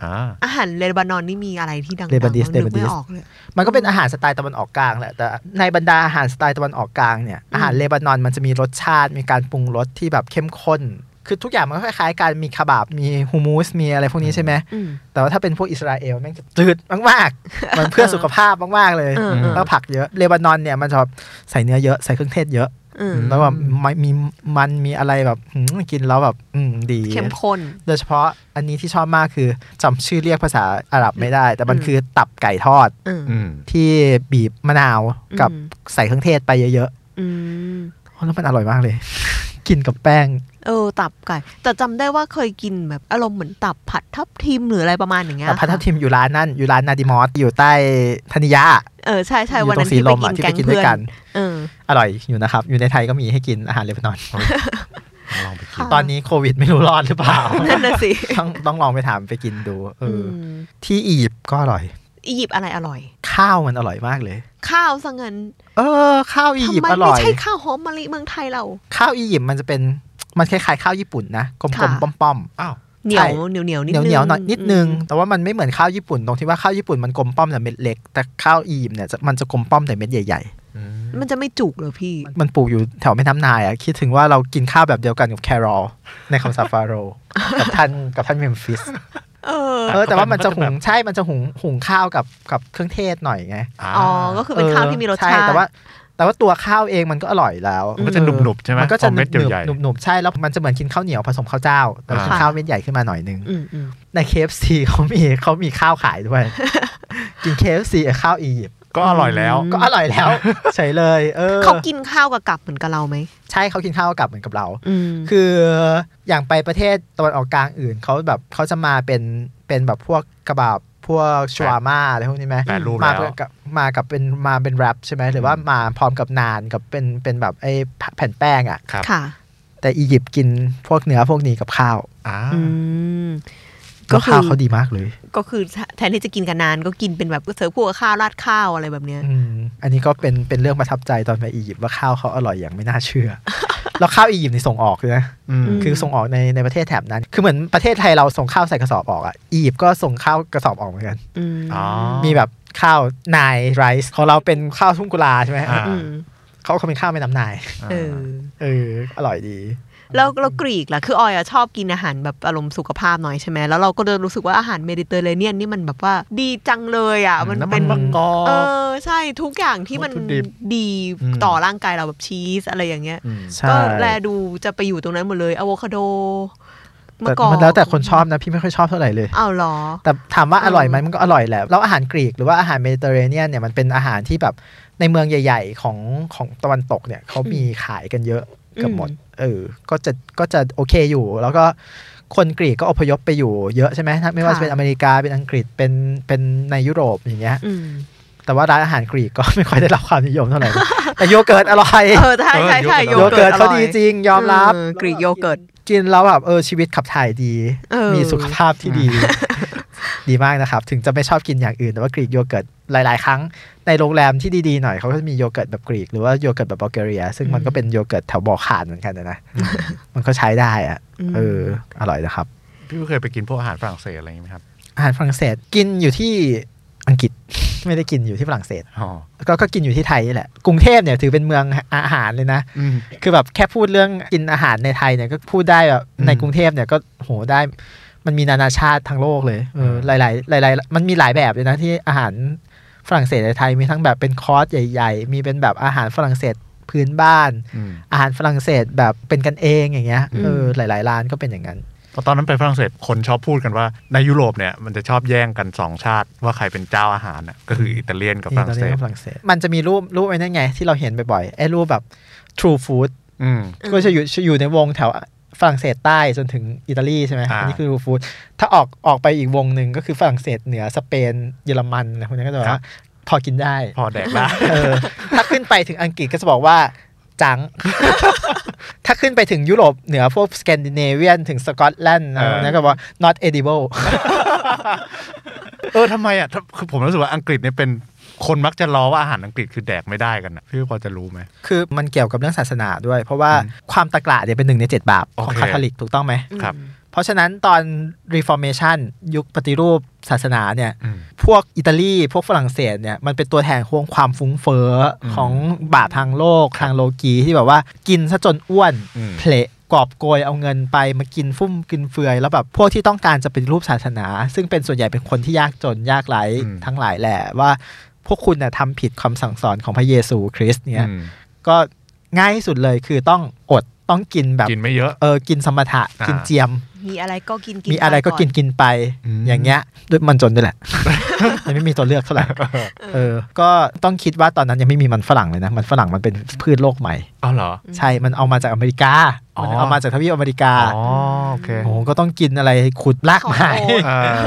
Speaker 3: อ่ อ่า
Speaker 4: อาหารเลบานอนนี่มีอะไรที่ดังๆ
Speaker 2: เลบานิส
Speaker 4: บ้างนึก
Speaker 2: เลบานิ
Speaker 4: ไม่
Speaker 2: ส
Speaker 4: ออกเลย
Speaker 2: มันก็เป็นอาหารสไตล์ตะวันออกกลางแหละแต่ในบรรดาอาหารสไตล์ตะวันออกกลางเนี่ยอาหารเลบานอนมันจะมีรสชาติมีการปรุงรสที่แบบเข้มข้น คือทุกอย่างมันก็คล้ายๆกันมีคาบาบมีฮูมูสมีอะไรพวกนี้ใช่ไหม
Speaker 4: อืม
Speaker 2: แต่ว่าถ้าเป็นพวกอิสราเอลแม่งจะจืดมากๆ มันเพื่อสุขภาพมากๆเลย
Speaker 4: เออเออ
Speaker 2: แล้วผักเยอะเลบานอนเนี่ยมันจะแบบใส่เนื้อเยอะใส่เครื่องเทศเยอะ
Speaker 4: อืม
Speaker 2: แล้วแบบมมีมันมีอะไรแบบหืมกินแล้วแบบอืมดี
Speaker 4: เข้มข้น
Speaker 2: โดยเฉพาะอันนี้ที่ชอบมากคือจำชื่อเรียกภาษาอาหรับไม่ได้ แต่มัน
Speaker 4: อืม
Speaker 2: คือตับไก่ทอด
Speaker 4: เออ
Speaker 3: อืม
Speaker 2: ที่บีบมะนาวกับ
Speaker 4: อืม
Speaker 2: ใส่เครื่องเทศไปเยอะ
Speaker 4: อืม
Speaker 2: ๆโอ้แล้วมันอร่อยมากเลย กินกับแป้ง
Speaker 4: เออ ตับไก่แต่จำได้ว่าเคยกินแบบอารมณ์เหมือนตับผัดทับทิมหรืออะไรประมาณอย่างเงี้ย
Speaker 2: แต่พัททิมอยู่ร้านนั่น อยู่ร้านนาดิมอส อยู่ใต้ธนิยะ
Speaker 4: เออใช่ใช่
Speaker 2: อ
Speaker 4: วัน
Speaker 2: ยู่ตร
Speaker 4: นั้น
Speaker 2: งสี
Speaker 4: ที่ไป
Speaker 2: ลม
Speaker 4: กิ
Speaker 2: อ่ะ
Speaker 4: นแกง
Speaker 2: ที่ไปกินด้
Speaker 4: เพื่
Speaker 2: ว
Speaker 4: อย
Speaker 2: กัน น
Speaker 4: เออ
Speaker 2: อร่อยอยู่นะครับ อยู่ในไทยก็มีให้กินอาหารเลบานอน
Speaker 3: ลองไปกิน
Speaker 4: ค่ะ
Speaker 2: ตอนนี้โควิดไม่รู้รอดหรือ เปล่า
Speaker 4: นั่นน่ะสิ
Speaker 2: ต้องต้องลองไปถามไปกินดูเอออ
Speaker 4: ม
Speaker 2: ที่อียิปต์ก็อร่อย
Speaker 4: อียิปต์อะไรอร่อย
Speaker 2: ข้าวมันอร่อยมากเลย
Speaker 4: ข้าวสังเงิน
Speaker 2: เออ ข้าวอี
Speaker 4: ทำ
Speaker 2: ยิป
Speaker 4: ไม
Speaker 2: ต์อร่
Speaker 4: ไม่
Speaker 2: อย
Speaker 4: ใช่ข้าวหอมมะลิเมืองไทยเรา
Speaker 2: ข้าวอียิปต์มันจะเป็นมันคล้ายๆข้าวญี่ปุ่นนะกลม
Speaker 4: ค่ะ
Speaker 2: ๆป้อม
Speaker 3: อ้าว
Speaker 4: เหนียว
Speaker 2: ใช่
Speaker 4: เหนียวเหนียว
Speaker 2: ๆ
Speaker 4: นิ
Speaker 2: เห
Speaker 4: ดนึง
Speaker 2: นียวเหนียวๆหน่อยนิดนึง
Speaker 4: อืม
Speaker 2: แต่ว่ามันไม่เหมือนข้าวญี่ปุ่นตรงที่ว่าข้าวญี่ปุ่นมันกลมป้อมแต่เม็ดเล็ก แต่ข้าวอียิปต์เนี่ยจะมันจะกลมป้อมแต่เม็ดใหญ่
Speaker 4: มันจะไม่จุกเหรอพี่
Speaker 2: ๆ มันปลูกอยู่แถวแม่น้ำนายอ่ะคิดถึงว่าเรากินข้าวแบบเดียวกันกับแครอลในคำสาปฟาโรห์ กับท่านกับท่านเมมฟิส
Speaker 4: เออ
Speaker 2: เออแต่ว่ามันจะหุ
Speaker 3: มัน
Speaker 2: ง
Speaker 3: จะแบบ
Speaker 2: ใช่มันจะหุงหุงข้าวกับกับเครื่องเทศหน่อยไง
Speaker 4: อ๋อ ก็คือเป็นข้าวที่มีรสชาติ
Speaker 2: ใแต่ว่าแต่ว่าตัวข้าวเองมันก็อร่อยแล้ว
Speaker 4: อื
Speaker 3: มันก็จะหนุบๆใช่ไหม
Speaker 2: มันก็จะ
Speaker 3: พอ
Speaker 2: ห
Speaker 3: เม็ด
Speaker 2: นุบ
Speaker 3: ใหญ่
Speaker 2: ๆหนุบๆใช่แล้วมันจะเหมือนกินข้าวเหนียวผสมข้าวเจ้าแต่ว่า
Speaker 3: อ่า
Speaker 2: กินข้าวเม็ดใหญ่ขึ้นมาหน่อยนึง
Speaker 4: อืมอืม
Speaker 2: ใน KFC เขามีเขามีข้าวขายด้วย กิน KFC กับข้าวอียิปต์
Speaker 3: ๆก็อร่อยแล้ว
Speaker 2: ก็อร่อยแล้วเฉยเลย เออ
Speaker 4: เขากินข้าวกับกับเหมือนกับเราไหม
Speaker 2: ใช่เขากินข้าวกลับเหมือนกับเรา
Speaker 4: อืม
Speaker 2: คืออย่างไปประเทศตะวันออกกลางอื่นเขาแบบเขาจะมาเป็นเป็นแบบพวกกระบาบพวกชวาม่าอะไรพวกนี้ไหม
Speaker 3: แปรรูป
Speaker 2: มา
Speaker 3: แล้ว
Speaker 2: กับมากับเป็นมาเป็นแรปใช่ไหมหรือว่า
Speaker 3: อืม
Speaker 2: มาพร้อมกับนานกับเป็นเป็นแบบไอ้แผ่นแป้งอะ่ะ
Speaker 3: ครับ
Speaker 4: ค่ะ
Speaker 2: แต่อียิปต์กินพวกเนื้อพวกนี้กับข้าว
Speaker 3: อ่า
Speaker 4: อืม
Speaker 2: แล้วข้าวเขาดีมากเลย
Speaker 4: ก็คือแทนที่จะกินกันนานก็กินเป็นแบบเสิร์ฟพวกบข้าวราดข้าวอะไรแบบเนี้ย
Speaker 2: อืมอันนี้ก็เป็นเป็นเรื่องประทับใจตอนไปอียิปต์ว่าข้าวเขาอร่อยอย่างไม่น่าเชื่อ แล้วข้าวอียิปต์นี่ส่งออกด้วยนะ
Speaker 3: อืม
Speaker 4: ม
Speaker 2: คือส่งออกในในประเทศแถบนั้น คือเหมือนประเทศไทยเราส่งข้าวใส่กระสอบออกอ่ะ อียิปต์ก็ส่งข้าวกระสอบออกเหมือนกัน
Speaker 4: อืม
Speaker 3: อ๋อ
Speaker 2: มีแบบข้าวนายไรซ์ของเราเป็นข้าวทุ่งกุลาใช่ไหม
Speaker 3: อ่า
Speaker 4: อืม
Speaker 2: เขาเขาเป็นข้าวแม่น้ำนาย
Speaker 4: เออ
Speaker 2: เออ อร่อยดี
Speaker 4: แล้วแล้วกรีกล่ะคือออยอะชอบกินอาหารแบบอารมณ์สุขภาพหน่อยใช่ไหมแล้วเราก็จะรู้สึกว่าอาหารเมดิเตอร์เรเนียนนี่มันแบบว่าดีจังเลยอ่ะมัน
Speaker 3: น้ำมั
Speaker 4: เป็น น
Speaker 3: มะกอก
Speaker 4: เออใช่ทุกอย่างที่มัน
Speaker 3: วัตถุดิบ
Speaker 4: ดี
Speaker 3: อืม
Speaker 4: ต่อร่างกายเราแบบชีสอะไรอย่างเงี้ย
Speaker 3: ม
Speaker 2: ใช่
Speaker 4: ก็แลดูจะไปอยู่ตรงนั้นหมดเลยอะโวคาโดมะ
Speaker 2: แต่
Speaker 4: กอก
Speaker 2: มันแล้วแต่คนชอบนะ พี่ไม่ค่อยชอบเท่าไหร่เลย
Speaker 4: อ้าวเหรอ
Speaker 2: แต่ถามว่า
Speaker 4: เออ
Speaker 2: อ
Speaker 4: อ
Speaker 2: ร่อยไหมมันก็อร่อยแหละ แล้วอาหารกรีกหรือว่าอาหารเมดิเตอร์เรเนียนเนี่ยมันเป็นอาหารที่แบบในเมืองใหญ่ ๆ ของของตะวันตกเนี่ยเขามีขายกันเยอะเกือบหมด เออ ก็จะก็จะโอเคอยู่ แล้วก็คนกรีกก็อพยพไปอยู่เยอะใช่ไหมถ้าไม่ว่าจะเป็นอเมริกาเป็นอังกฤษเป็นเป็นในยุโรปอย่างเงี้ย
Speaker 4: อืม
Speaker 2: แต่ว่าร้านอาหารกรีกก็ ไม่ค่อยได้รับความนิยมเท่าไหร่นะ แต่โยเกิร์ตอร่อย
Speaker 4: เออใช่ใช่ใช่
Speaker 3: เออ
Speaker 4: โย
Speaker 2: โย
Speaker 4: เกิ
Speaker 2: เกิ
Speaker 4: ร์
Speaker 2: ร์
Speaker 4: ต
Speaker 2: ต
Speaker 4: อ
Speaker 2: เขา
Speaker 4: ร่อย
Speaker 2: ดีจริงยอมรับ
Speaker 4: เกรีกโยเกิร์ต
Speaker 2: กินแล้วแบบเออชีวิตขับถ่ายดี
Speaker 4: เออ
Speaker 2: มีสุขภาพที่ดี ดีมากนะครับ ถึงจะไม่ชอบกินอย่างอื่นแต่ว่ากรีกโยเกิร์ตหลาย ๆ ครั้งในโรงแรมที่ดี ๆ หน่อยเขาก็จะมีโยเกิร์ตแบบกรีกหรือว่าโยเกิร์ตแบบบัลแกเรีย ซึ่งมันก็เป็นโยเกิร์ตแถวบ่อข่านเหมือนกันนะนะมันก็ใช้ได้อะเอออร่อยนะครับ
Speaker 3: พี่เคยไปกินพวกอาหารฝรั่งเศสอะไรอย่างนี้ไหมครับ
Speaker 2: อาหารฝรั่งเศสกินอยู่ที่อังกฤษ ไม่ได้กินอยู่ที่ฝรั่งเศส
Speaker 3: อ๋อ
Speaker 2: ก็ก็กินอยู่ที่ไทยนี่แหละ กรุงเทพเนี่ยถือเป็นเมืองอาหารเลยนะ
Speaker 3: อืม
Speaker 2: คือแบบแค่พูดเรื่องกินอาหารในไทยเนี่ยก็พูดได้แบบ
Speaker 3: อืม
Speaker 2: ในกรุงเทพเนี่ยก็โหได้ มันมีนานาชาติทั้งโลกเลยเออ
Speaker 3: อืม
Speaker 2: หลายๆหลายๆมันมีหลายแบบเลยนะที่อาหารฝรั่งเศสในไทยมีทั้งแบบเป็นคอร์สใหญ่ ๆ มีเป็นแบบอาหารฝรั่งเศสพื้นบ้าน
Speaker 3: อืม
Speaker 2: อาหารฝรั่งเศสแบบเป็นกันเองอย่างเงี้ย
Speaker 4: อืม
Speaker 2: เออหลายๆร้านก็เป็นอย่างนั้น
Speaker 3: เพราะตอนนั้นไปฝรั่งเศสคนชอบพูดกันว่าในยุโรปเนี่ยมันจะชอบแย่งกันสองชาติว่าใครเป็นเจ้าอาหารน่ะก็คืออิตาเลียนกับฝรั่งเศส
Speaker 2: มันจะมีรูปรูปไอ้นั่นไง ที่เราเห็นบ่อยๆไอ้รูปแบบ True Food
Speaker 3: อืม
Speaker 2: ก็จะอยู่จะอยู่ในวงแถวฝรั่งเศสใต้จนถึงอิตาลีใช่ไหม
Speaker 3: อ่า
Speaker 2: อันนี้คือรูฟูดถ้าออกออกไปอีกวงหนึ่งก็คือฝรั่งเศสเหนือสเปนเยอรมันอะไรพวกนี้ก็จะบอกว่าพอกินได้
Speaker 3: พอแดก ได้
Speaker 2: เออถ้าขึ้นไปถึงอังกฤษก็จะบอกว่าจัง ถ้าขึ้นไปถึงยุโรปเหนือพวกสแกนดิเนเวียนถึงสกอตแลนด์อะไรพวกนี้ก็บอกว่า not edible
Speaker 3: เออทำไมอ่ะถ้าคือผมรู้สึกว่าอังกฤษเนี่ยเป็นคนมักจะล้อว่าอาหารอังกฤษคือแดกไม่ได้กันนะพี่พอจะรู้ไหม
Speaker 2: คือมันเกี่ยวกับเรื่องศาสนาด้วย เพราะว่า
Speaker 3: อืม
Speaker 2: ความตะกละเนี่ยเป็นหนึ่งในเจ็ดบาปขอ
Speaker 3: โอ
Speaker 2: ง
Speaker 3: เค
Speaker 2: คาทอลิกถูกต้องไหม
Speaker 3: ครับ
Speaker 2: เพราะฉะนั้นตอน reformation ยุคปฏิรูปศาสนาเนี่ย
Speaker 3: อืม
Speaker 2: พวกอิตาลี พวกฝรั่งเศสเนี่ยมันเป็นตัวแทนของความฟุ้งเฟ้ออ
Speaker 3: ม
Speaker 2: ของบาปทางโลกทางโลกีที่แบบว่ากินซะจนอ้วน
Speaker 3: อืม
Speaker 2: เพละกอบโกยเอาเงินไปมากินฟุ่มกินเฟือย แล้วแบบพวกที่ต้องการจะเป็นรูปศาสนา ซึ่งเป็นส่วนใหญ่เป็นคนที่ยากจนยากไร้ทั้งหลายแหละว่าพวกคุณน่ะทำผิดคำสั่งสอนของพระเยซูคริสต์เนี่ย
Speaker 3: อืม
Speaker 2: ก็ง่ายที่สุดเลยคือต้องอดต้องกินแบบ
Speaker 3: กินไม่เยอะ
Speaker 2: เออกินสมถะ
Speaker 3: อ่ากิ
Speaker 2: กินเจียม
Speaker 4: มีอะไรก็กินกิน
Speaker 2: มีอะไรก็กินกินไป
Speaker 3: อืม
Speaker 2: อย่างเงี้ยด้วยมันจน ด้วยแหละ ยังไม่มีตัวเลือกเท่าไหร่เออ ก็ต้องคิดว่าตอนนั้นยังไม่มีมันฝรั่งเลยนะ มันฝรั่งมันเป็นพืชโลกใหม่
Speaker 3: อ๋อเหรอ
Speaker 2: ใช่มันเอามาจากอเมริกา มัน
Speaker 3: อ๋อ
Speaker 2: เอามาจากทวีปอเมริกา
Speaker 3: อ๋อโอเค
Speaker 2: โอ้โหก็ต้องกินอะไรขุดราก
Speaker 4: ข้าว
Speaker 2: ไม้
Speaker 4: โอ๊ต
Speaker 3: เออ
Speaker 4: เอ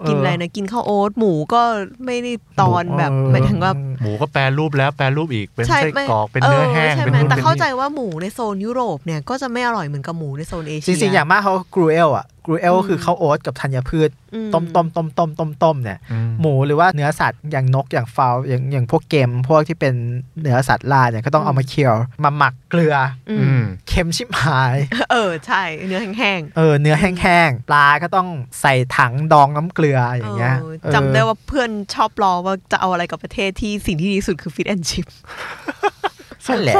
Speaker 4: อกินอะไรนะกินข้าวโอ๊ตหมูก็ไม่ได้ตอนแบบ
Speaker 2: เออ
Speaker 4: หมายถึงว่า
Speaker 3: หมูก็แปรรูปแล้วแปรรูปอีกเป็น
Speaker 4: ใช่
Speaker 3: ไส้
Speaker 4: ไม่
Speaker 3: กรอกเป็นเนื้อแห้ง
Speaker 4: ใช่
Speaker 3: เป็น
Speaker 4: ไหม
Speaker 3: นู่น
Speaker 4: แต่
Speaker 3: เป็น
Speaker 4: เข้าใจ
Speaker 3: นี่
Speaker 4: ว่าหมูในโซนยุโรปเนี่ยก็จะไม่อร่อยเหมือนกับหมูในโซนเอ
Speaker 2: จ
Speaker 4: เชีย
Speaker 2: ริงๆอย่างมากเขากรูเอลอ่ะกรูเอลคือข้าวโอ๊ตกับธัญพืช
Speaker 4: อื
Speaker 2: ต้มต้มต้มต้มต้มต้มเนี่ย
Speaker 3: อืม
Speaker 2: หมูหรือว่าเนื้อสัตว์อย่างนกอย่างฟาวอย่างอย่างพวกเกม พวกที่เป็นเนื้อสัตว์ล่าเนี่ยก็ต้องเอามาเคี่ยวมาหมักเกลือ
Speaker 4: อื
Speaker 3: อื
Speaker 4: ม
Speaker 3: ม
Speaker 2: เค็มชิบหาย
Speaker 4: เออใช่เนื้อแห้ง
Speaker 2: เออเนื้อแห้งๆปลาก็ต้องใส่ถังดองน้ำเกลือ
Speaker 4: ๆ
Speaker 2: อย่างเงี้ย
Speaker 4: เออ
Speaker 2: เออ
Speaker 4: จำได้ว่าเพื่อนชอบล้อว่าจะเอาอะไรกับประเทศที่สิ่งที่ดีที่สุดคือฟิตแอนชิพ
Speaker 2: นั่นแหละ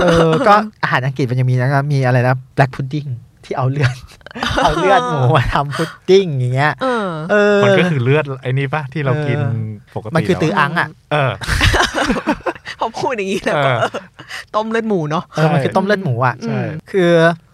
Speaker 2: เออก็อาหารอังกฤษมันยังมีนะครับมีอะไรนะแบล็กพุดดิ้งที่เอาเลือด เอาเลือดหมูมาทำพุดดิ้งอย่างเงี้ย
Speaker 4: เออ
Speaker 2: เออ
Speaker 3: มันก็คือเลือดไอ้นี่ปะที่เรากิน
Speaker 2: เออ
Speaker 3: ปกติ
Speaker 2: มันคือตือ
Speaker 3: แล้วะ
Speaker 2: อังอ่ะ
Speaker 3: เออ
Speaker 4: พอพูดอย่างนี้แล้ว
Speaker 3: เอ
Speaker 4: ก็
Speaker 3: อ
Speaker 4: ต้มเลือดหมูเนาะ
Speaker 2: เออมันคือต้มเลือดหมูอ่ะ
Speaker 3: ใช่
Speaker 2: คือ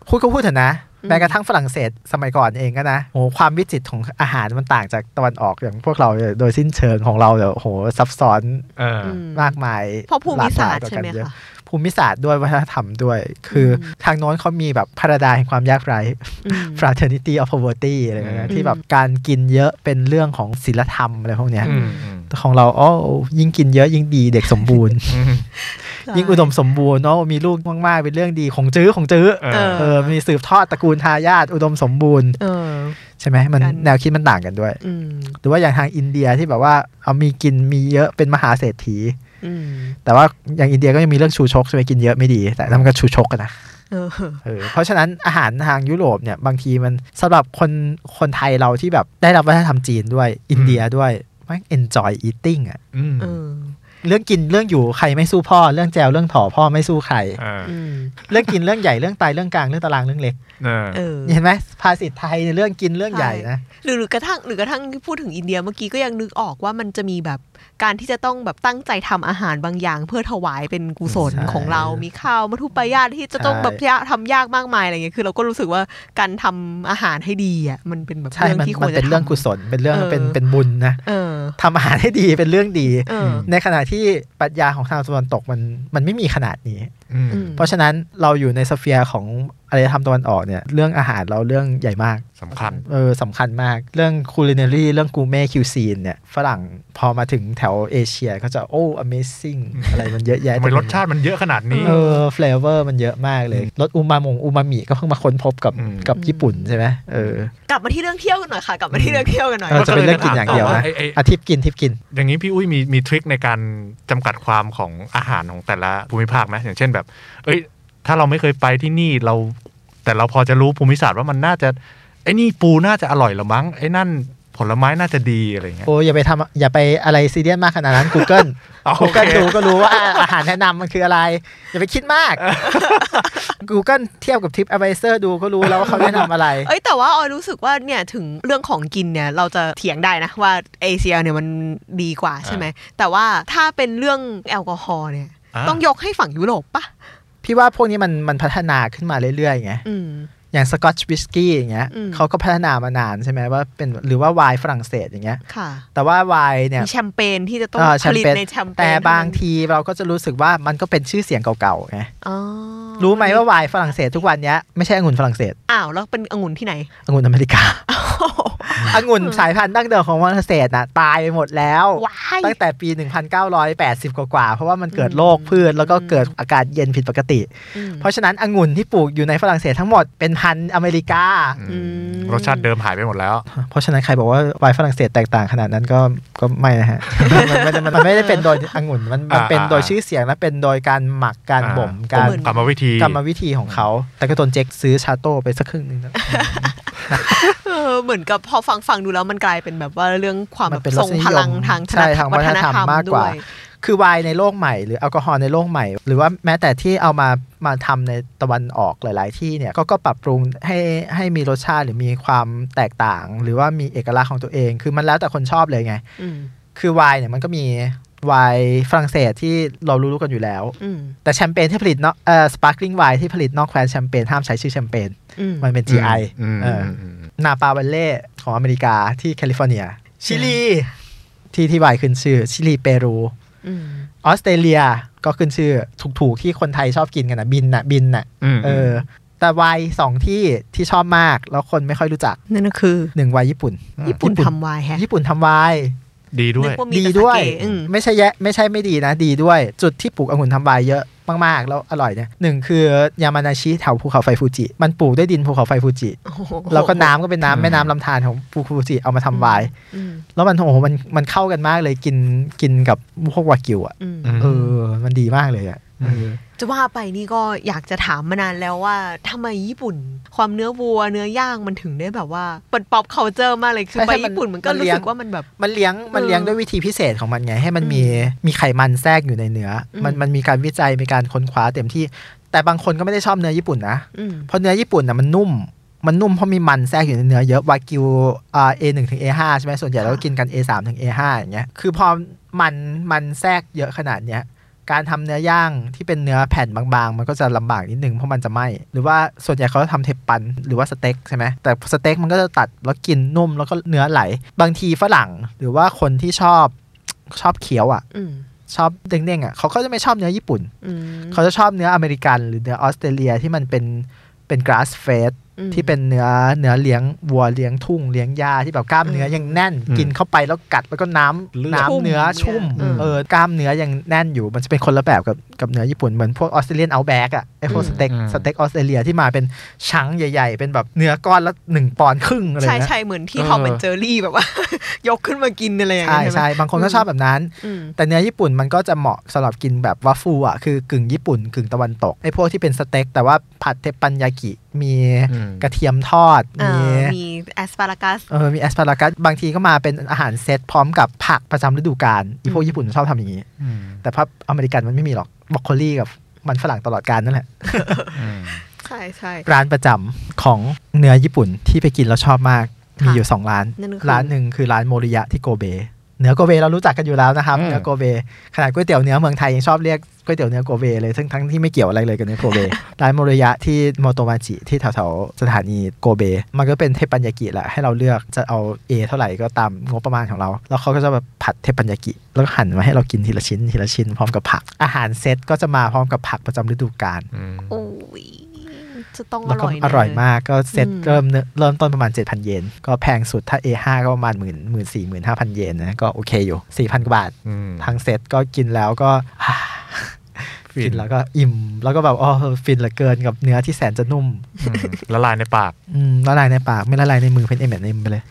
Speaker 2: พูดก็พูดเถอะนะ
Speaker 4: อืม
Speaker 2: แม้กระทั่งฝรั่งเศสสมัยก่อนเองก็นะโหความวิจิตรของอาหารมันต่างจากตะวันออกอย่างพวกเราเนี่ยโดยสิ้นเชิงของเราเนี่ยโหซับซ้อน
Speaker 3: เอออ
Speaker 4: ม
Speaker 2: มากมาย
Speaker 4: เพราะภูมิศาสตร์
Speaker 2: ลกย
Speaker 4: ใช่ไหม
Speaker 2: ต่อกันเยอ
Speaker 4: คะ
Speaker 2: ภูมิศาสตร์ด้วยวัฒนธรรมด้วย คืออทางโน้นเขามีแบบพระดาแห่งความยากไร้
Speaker 4: อืม
Speaker 2: fraternity of poverty อะไรแบบ
Speaker 3: อื
Speaker 2: นี้
Speaker 3: ม
Speaker 2: ที่แบบการกินเยอะเป็นเรื่องของศีลธรรมอะไรพวกเนี้ย
Speaker 3: อืมอืม
Speaker 2: แต่ของเราอ๋อยิ่งกินเยอะยิ่งดีเด็กสมบูรณ์
Speaker 3: อืม
Speaker 2: ยิ่งอุดมสมบูรณ์เนาะมีลูกมากๆเป็นเรื่องดีของจื้อของจื้อ
Speaker 3: เอ
Speaker 4: เอ
Speaker 3: อ
Speaker 4: อ
Speaker 2: เออมีสืบทอดตระกูลทายาทอุดมสมบูรณ์
Speaker 4: เออ
Speaker 2: ใช่ไหมมัน
Speaker 4: กัน
Speaker 2: แนวคิดมันต่างกันด้วย
Speaker 4: อืม
Speaker 2: หรือว่าอย่างทางอินเดียที่แบบว่าเอามีกินมีเยอะเป็นมหาเศรษฐี
Speaker 4: อืม
Speaker 2: แต่ว่าอย่างอินเดียก็ยังมีเรื่องชูชกใช่ไหมกินเยอะไม่ดี แต่นั่นมันก็ชูชกกันนะ
Speaker 4: เออ
Speaker 2: เออเพราะฉะนั้นอาหารทางยุโรปเนี่ยบางทีมันสำหรับคนคนไทยเราที่แบบได้รับวัฒนธรรมจีนด้วยอินเดียด้วยมัน enjoy eating อะ
Speaker 3: อืม
Speaker 4: เออ
Speaker 2: เรื่องกินเรื่องอยู่ใครไม่สู้พ่อ เรื่องแจวเรื่องถอพ่อไม่สู้ ใคร
Speaker 3: เออ
Speaker 4: อืม
Speaker 2: เรื่องกินเรื่องใหญ่เรื่องไตเรื่องกลางเรื่องตารางเรื่องเล็ก
Speaker 3: เออ
Speaker 4: เออ
Speaker 2: เห็นไหมภาษิตไทยเนี่ยเรื่องกินเรื่องใหญ่นะ
Speaker 4: หรือหรือกระทั่งหรือกระทั่งพูดถึงอินเดียเมื่อกี้ก็ยังนึกออกว่ามันจะมีแบบการที่จะต้องแบบตั้งใจทำอาหารบางอย่าง เพื่อถวายเป็นกุศล
Speaker 2: ใช่
Speaker 4: ของเรามีข้าวมัทุปายาตที่จะต้อง
Speaker 2: ใช่
Speaker 4: แบบยากทำยากมากมายอะไรเงี้ยคือเราก็รู้สึกว่าการทำอาหารให้ดีอ่ะมันเป็นแบบ
Speaker 2: ใช่
Speaker 4: เรื่อง
Speaker 2: มัน
Speaker 4: ที่ค
Speaker 2: มั
Speaker 4: วร
Speaker 2: น
Speaker 4: จะ
Speaker 2: เป็นเรื่อง
Speaker 4: ทำ
Speaker 2: กุศล เป็นเรื่อง
Speaker 4: เออ
Speaker 2: เป็นเป็นบุญนะ
Speaker 4: เออ
Speaker 2: ทำอาหารให้ดีเป็นเรื่องดี
Speaker 4: เออ
Speaker 2: ในขณะที่ปรัชญาของทางตะวันตกมันมันไม่มีขนาดนี้
Speaker 3: อืม
Speaker 4: อืม
Speaker 2: เพราะฉะนั้นเราอยู่ในสเฟียร์ของอารยธรรมตะวันออกเนี่ยเรื่องอาหารเราเรื่องใหญ่มาก
Speaker 3: สำคัญ
Speaker 2: เออสำคัญมากเรื่องคูลิเนอรี่เรื่องกูเม่คิวซีนเนี่ยฝรั่งพอมาถึงแถวเอเชียก็จะโอ้ amazing อะไรมันเยอะแยะ
Speaker 3: ทำไมรสชาติมันเยอะขนาดนี้
Speaker 2: เออเฟลเวอร์มันเยอะมากเลยรสอูมามงอูมามิก็เพิ่งมาค้นพบกับ
Speaker 3: อืม
Speaker 2: กับญี่ปุ่นใช่ไหมเออ
Speaker 4: กลับมาที่เรื่องเที่ยวกันหน่อยค่ะ กลับมาที่เรื่องเที่ยวกันหน่อย
Speaker 2: เออจะเป็นเรื่องกินอย่างเดียวนะ
Speaker 3: ไอ้ไอ้
Speaker 2: อาทิตย์กินทิพย์กิน
Speaker 3: อย่างนี้พี่อุ้ยมีมีทริคในการจำกัดความของอาหารของแต่ละภูมิภาคไหมอย่างเช่นแบบ เอ้ย ถ้าเราไม่เคยไปที่นี่เรา แต่เราพอจะรู้ภูมิศาสตร์ว่ามันน่าจะไอ้นี่ปูน่าจะอร่อยเหรือมั้งไอ้นั่นผลไม้น่าจะดีอะไรเงี้ย
Speaker 2: โอ้อย่าไปทำอย่าไปอะไรซีเรียสมากขนาดนั้น Google
Speaker 3: เอาโอเค
Speaker 2: Google ดูก็รู้ว่าอาหารแนะนำมันคืออะไร อย่าไปคิด มาก Google เทียบกับทิป a d v i s o r ดูก็รู้แล้วว่าเขาแนะนำอะไร
Speaker 4: เอ้ยแต่ว่าออยรู้สึกว่าเนี่ยถึงเรื่องของกินเนี่ยเราจะเถียงได้นะว่าเอเชียเนี่ยมันดีกว่าใช่ไหมแต่ว่าถ้าเป็นเรื่องแอลกอฮอล์เนี่ย
Speaker 3: อ่ะ
Speaker 4: ต้องยกให้ฝั่งยุโรปปะ
Speaker 2: พี่ว่าพวกนี้มันมันพัฒนาขึ้นมาเรื่อยๆไง
Speaker 4: อืม
Speaker 2: อย่างสกอตช์วิสกี้อย่างเงี้ย
Speaker 4: อืม
Speaker 2: เขาก็พัฒนามานานใช่ไหมว่าเป็นหรือว่าไวน์ฝรั่งเศสอย่างเงี้ย
Speaker 4: ค่ะ
Speaker 2: แต่ว่าไวน์เนี่ย
Speaker 4: มีแชมเปญที่จะต้อง
Speaker 2: เออแช
Speaker 4: ผม ลิต
Speaker 2: เปญ
Speaker 4: ในแชมเปญ
Speaker 2: แต่บางทีเราก็จะรู้สึกว่ามันก็เป็นชื่อเสียงเก่าๆไง
Speaker 4: อ๋อ
Speaker 2: รู้ไหมว่าไวน์ฝรั่งเศสทุกวันเนี้ยไม่ใช่องุ่นฝรั่งเศส
Speaker 4: อ้าวแล้วเป็นองุ่นที่ไหน
Speaker 2: องุ่นอเมริกา
Speaker 4: อ๋อ
Speaker 2: องุ่นสายพันธุ์ดั้งเดิมของฝรั่งเศสน่ะตายไปหมดแล้ว
Speaker 4: ว้าย
Speaker 2: ตั้งแต่ปี 1980 กว่าๆ เพราะว่ามันเกิดโรคพืช แล้วก็
Speaker 4: อืม
Speaker 2: เกิดอากาศเย็นผิดปกติ
Speaker 4: อืม
Speaker 2: เพราะฉะนั้นองุ่นที่ปลูกอยู่ในฝรั่งเศสทั้งหมดเป็นพันธุ์อเมริกา
Speaker 3: อืมรสชาติเดิมหายไปหมดแล้ว
Speaker 2: เพราะฉะนั้นใครบอกว่าไวน์ฝรั่งเศสแตกต่างขนาดนั้นก็ก็ไม่นะฮะ มันไม่ได้มันมันไม่ได้เป็นโดยองุ่นมันมัน
Speaker 3: อ่า
Speaker 2: เป็นโดย
Speaker 3: อ่า
Speaker 2: ชื่อเสียงและเป็นโดยการหมักการ
Speaker 3: อ่า
Speaker 2: บ่มการ
Speaker 3: กรรมวิธี
Speaker 2: กรรมวิธีของเขา แต่ก็โดนเจ๊กซื้อชาโต้ไปสักครึ่งหนึงแล้ว
Speaker 4: เออเหมือนกับพอฟังฟังดูแล้วมันกลายเป็นแบบว่าเรื่องความ
Speaker 2: มั
Speaker 4: แบ
Speaker 2: น
Speaker 4: บ
Speaker 2: เป็น
Speaker 4: ทรงพลัง
Speaker 2: รสนิยม
Speaker 4: ทาง
Speaker 2: ใช่ทางวัฒนธรรมมากกว่า
Speaker 4: ด้วย
Speaker 2: คือไวน์ในโลกใหม่หรือแอลกอฮอล์ในโลกใหม่ หรือว่าแม้แต่ที่เอามามาทำในตะวันออกหลาย ๆ ที่เนี่ยก็ก็ปรับปรุงให้ให้มีรสชาติหรือมีความแตกต่าง หรือว่ามีเอกลักษณ์ของตัวเอง คือมันแล้วแต่คนชอบเลยไง
Speaker 4: อืม
Speaker 2: คือไวน์เนี่ยมันก็มีไวน์ฝรั่งเศสที่เรารู้ๆกันอยู่แล้ว
Speaker 4: อืม
Speaker 2: แต่แชมเปญที่ผลิตเนาะเอ่อสปาร์คลิงไวน์ที่ผลิตนอกแคว้นแชมเปญห้ามใช้ชื่อแชมเปญ
Speaker 4: อืม
Speaker 2: มันเป็น GI
Speaker 3: อืม
Speaker 2: เออ
Speaker 3: อืม
Speaker 2: นาปาวัลเล่ของอเมริกาที่แคลิฟอร์เนีย ชิลี ที่ที่ไวน์ขึ้นชื่อ ชิลีเปรู
Speaker 4: อืม
Speaker 2: ออสเตรเลียก็ขึ้นชื่อถูกๆที่คนไทยชอบกินกันนะบินน่ะบินน่ะ
Speaker 3: อืม
Speaker 2: เออแต่ไวายสองที่ที่ชอบมากแล้วคนไม่ค่อยรู้จัก
Speaker 4: นั่นก็คือ
Speaker 2: หนึ่งไวายญี่ปุ่น
Speaker 4: ญี่ปุ่นทำวายแฮะ
Speaker 2: ญี่ปุ่นทำไวาย
Speaker 3: ดีด้วย
Speaker 4: นึกามี
Speaker 2: ดี
Speaker 4: แต่
Speaker 2: ด้วย
Speaker 4: สาเกอืม
Speaker 2: ไม่ใช่แยะไม่ใช่ไม่ดีนะ ดีด้วย จุดที่ปลูกองุ่นทำไวายเยอะมากๆ แล้วอร่อยเนี่ยหนึ่งคือยามานาชิแถวภูเขาไฟฟูจิ มันปลูกด้วยดินภูเขาไฟฟูจิ
Speaker 4: โอ้โห
Speaker 2: แล้วก็น้ำก็เป็นน้ำ
Speaker 3: อืม
Speaker 2: แม่น้ำลำธารของภูเขาไฟฟูจิเอามาทำไวาย
Speaker 4: อืม
Speaker 2: แล้วมันโอ้โหมันมันเข้ากันมากเลยกินกินกับพวกวากิวอ่ะ
Speaker 4: อืม
Speaker 3: อืม
Speaker 2: เออมันดีมากเลยอ่ะเออ
Speaker 4: จะว่าไปนี่ก็อยากจะถามมานานแล้วว่าทำไมญี่ปุ่น ความเนื้อวัวเนื้อย่างมันถึงได้แบบว่าเปิดป๊อปเคาเจอมาเลยคือ
Speaker 2: ใช่
Speaker 4: ไป
Speaker 2: ใช่มัน
Speaker 4: ญี่ปุ่นมันก็
Speaker 2: มัน
Speaker 4: รู้
Speaker 2: เลี้ยง
Speaker 4: สึกว่ามันแบบ
Speaker 2: มันเลี้ยงมัน
Speaker 4: เออ
Speaker 2: เลี้ยงด้วยวิธีพิเศษของมันไง ให้มันมี
Speaker 4: อื
Speaker 2: มีไขมันแทรกอยู่ในเนื้ออ
Speaker 4: ม
Speaker 2: มันมันมีการวิจัยมีการค้นคว้าเต็มที่ แต่บางคนก็ไม่ได้ชอบเนื้อญี่ปุ่นนะ
Speaker 4: อืม
Speaker 2: เพราะเนื้อญี่ปุ่นน่ะมันนุ่ม มันนุ่มเพราะมีมันแทรกอยู่ในเนื้อเยอะวากิวอ่าเอหนึ่งถึงเอห้าใช่ไหมส่วนใหญ่เราก็กินกัน A สามถึง A ห้าอย่างเงี้ยคือพอมันมันแทรกเยอะขนาดเนี้ยการทำเนื้อย่างที่เป็นเนื้อแผ่นบางๆ มันก็จะลำบากนิดนึงเพราะมันจะไหมหรือว่าส่วนใหญ่เขาจะทำเทปปันหรือว่าสเต็กใช่ไหมแต่สเต็กมันก็จะตัดแล้วกินนุ่มแล้วก็เนื้อไหล บางทีฝรั่งหรือว่าคนที่ชอบชอบเคี้ยวอ่ะ
Speaker 4: อืม
Speaker 2: ชอบเด้งๆอ่ะเขาก็จะไม่ชอบเนื้อญี่ปุ่น
Speaker 4: อืม
Speaker 2: เขาจะชอบเนื้ออเมริกันหรือเนื้อออสเตรเลียที่มันเป็นเป็น grass fed
Speaker 4: อืม
Speaker 2: ที่เป็นเนื้อเนื้อเลี้ยงวัวเลี้ยงทุ่งเลี้ยงหญ้าที่แบบกล้ามเนื้อยังแน่น
Speaker 3: อืม
Speaker 2: กินเข้าไปแล้วกัดแล้วก็น้ำ
Speaker 4: เลือด
Speaker 2: น้ำเนื้อชุ่ม
Speaker 4: อืม
Speaker 2: เออกล้ามเนื้อยังแน่นอยู่มันจะเป็นคนละแบบกับกับเนื้อญี่ปุ่นเหมือนพวกออสเตรเลียนเอาแบกอะไอพวกสเต็กสเต็กออสเตรเลียที่มาเป็นชั้งใหญ่ ๆ เป็นแบบเนื้อก้อนละหนึ่งปอนด์ครึ่งอะไร
Speaker 4: ใช่
Speaker 2: นะ
Speaker 4: ใช่เหมือนที่
Speaker 3: เออ
Speaker 4: ทอมเป็นเจอรี่แบบว่า ยกขึ้นมากินอะไรอย่าง
Speaker 2: ใช่
Speaker 4: เงี้ย
Speaker 2: ใช่บางคนก็ชอบแบบนั้น
Speaker 4: อืม
Speaker 2: แต่เนื้อญี่ปุ่นมันก็จะเหมาะสำหรับกินแบบวาฟูอ่ะคือกึ่งญี่ปุ่นกึ่งตะวันตกไอ้พวกที่เป็นสเต็ก แต่ว่าผัดเทปปันยากิมี
Speaker 3: อืม
Speaker 2: กระเทียมทอด
Speaker 4: เอ่
Speaker 2: มี
Speaker 4: อมีแอสปารากัส
Speaker 2: เออมีแอสพารากัสบางทีก็มาเป็นอาหารเซตพร้อมกับผักประจำฤดูกาลไอีพวกญี่ปุ่นชอบทำอย่างนี้
Speaker 3: อืม
Speaker 2: แต่พออเมริกันมันไม่มีหรอกบรอกโคลีกับมันฝรั่งตลอดกาลนั่นแหละ
Speaker 3: อืม
Speaker 4: ใช่ใช่
Speaker 2: ร้านประจำของเนื้อญี่ปุ่นที่ไปกินแล้วชอบมากมีอยู่สองร้าน
Speaker 4: นั่นก็
Speaker 2: ร้านหนึ่งคือร้านโมริยะที่โกเบ เนื้อโกเบเรารู้จักกันอยู่แล้วนะครับ เนื้อโกเบ ขนาดก๋วยเตี๋ยวเนื้อเมืองไทยยังชอบเรียกก๋วยเตี๋ยวเนื้อโกเบเลย ซึ่งทั้งที่ไม่เกี่ยวอะไรเลยกับเนื้อโกเบ ร้านโมริยะที่โมโตมาจิที่แถวๆสถานีโกเบ มันก็เป็นเทปปัญญากิแหละให้เราเลือกจะเอา A เท่าไหร่ก็ตามงบประมาณของเรา แล้วเขาก็จะแบบผัดเทปปัญญากิ แล้วก็หั่นมาให้เรากินทีละชิ้นทีละชิ้นพร้อมกับผัก อาหารเซตก็จะมาพร้อมกับผักประจำฤดูกาล
Speaker 3: อืม
Speaker 4: โอ้ยจะต้องอ
Speaker 2: แล้วก็
Speaker 4: ร่อยแน่
Speaker 2: อร่อย
Speaker 4: เล
Speaker 2: มากก็เซ็ต
Speaker 4: อืม
Speaker 2: เริ่มเนอะเริ่มต้นประมาณ 7,000 เยน ก็แพงสุดถ้า A5 ก็ประมาณหมื่นหมื่นสี่หมื่นห้าพันเยนนะ ก็โอเคอยู่ 4,000 กว่าบาท
Speaker 3: อืม
Speaker 2: ทั้งเซ็ตก็กินแล้วก็ อ่า
Speaker 3: ฟิน
Speaker 2: กินแล้วก็อิ่ม แล้วก็แบบอ๋อฟินเหลือเกินกับเนื้อที่แสนจะนุ่ม
Speaker 3: อืมละลายในปาก
Speaker 2: อืมละลายในปากไม่ละลายในมือเป็นเอ็มเอ็มไปเลย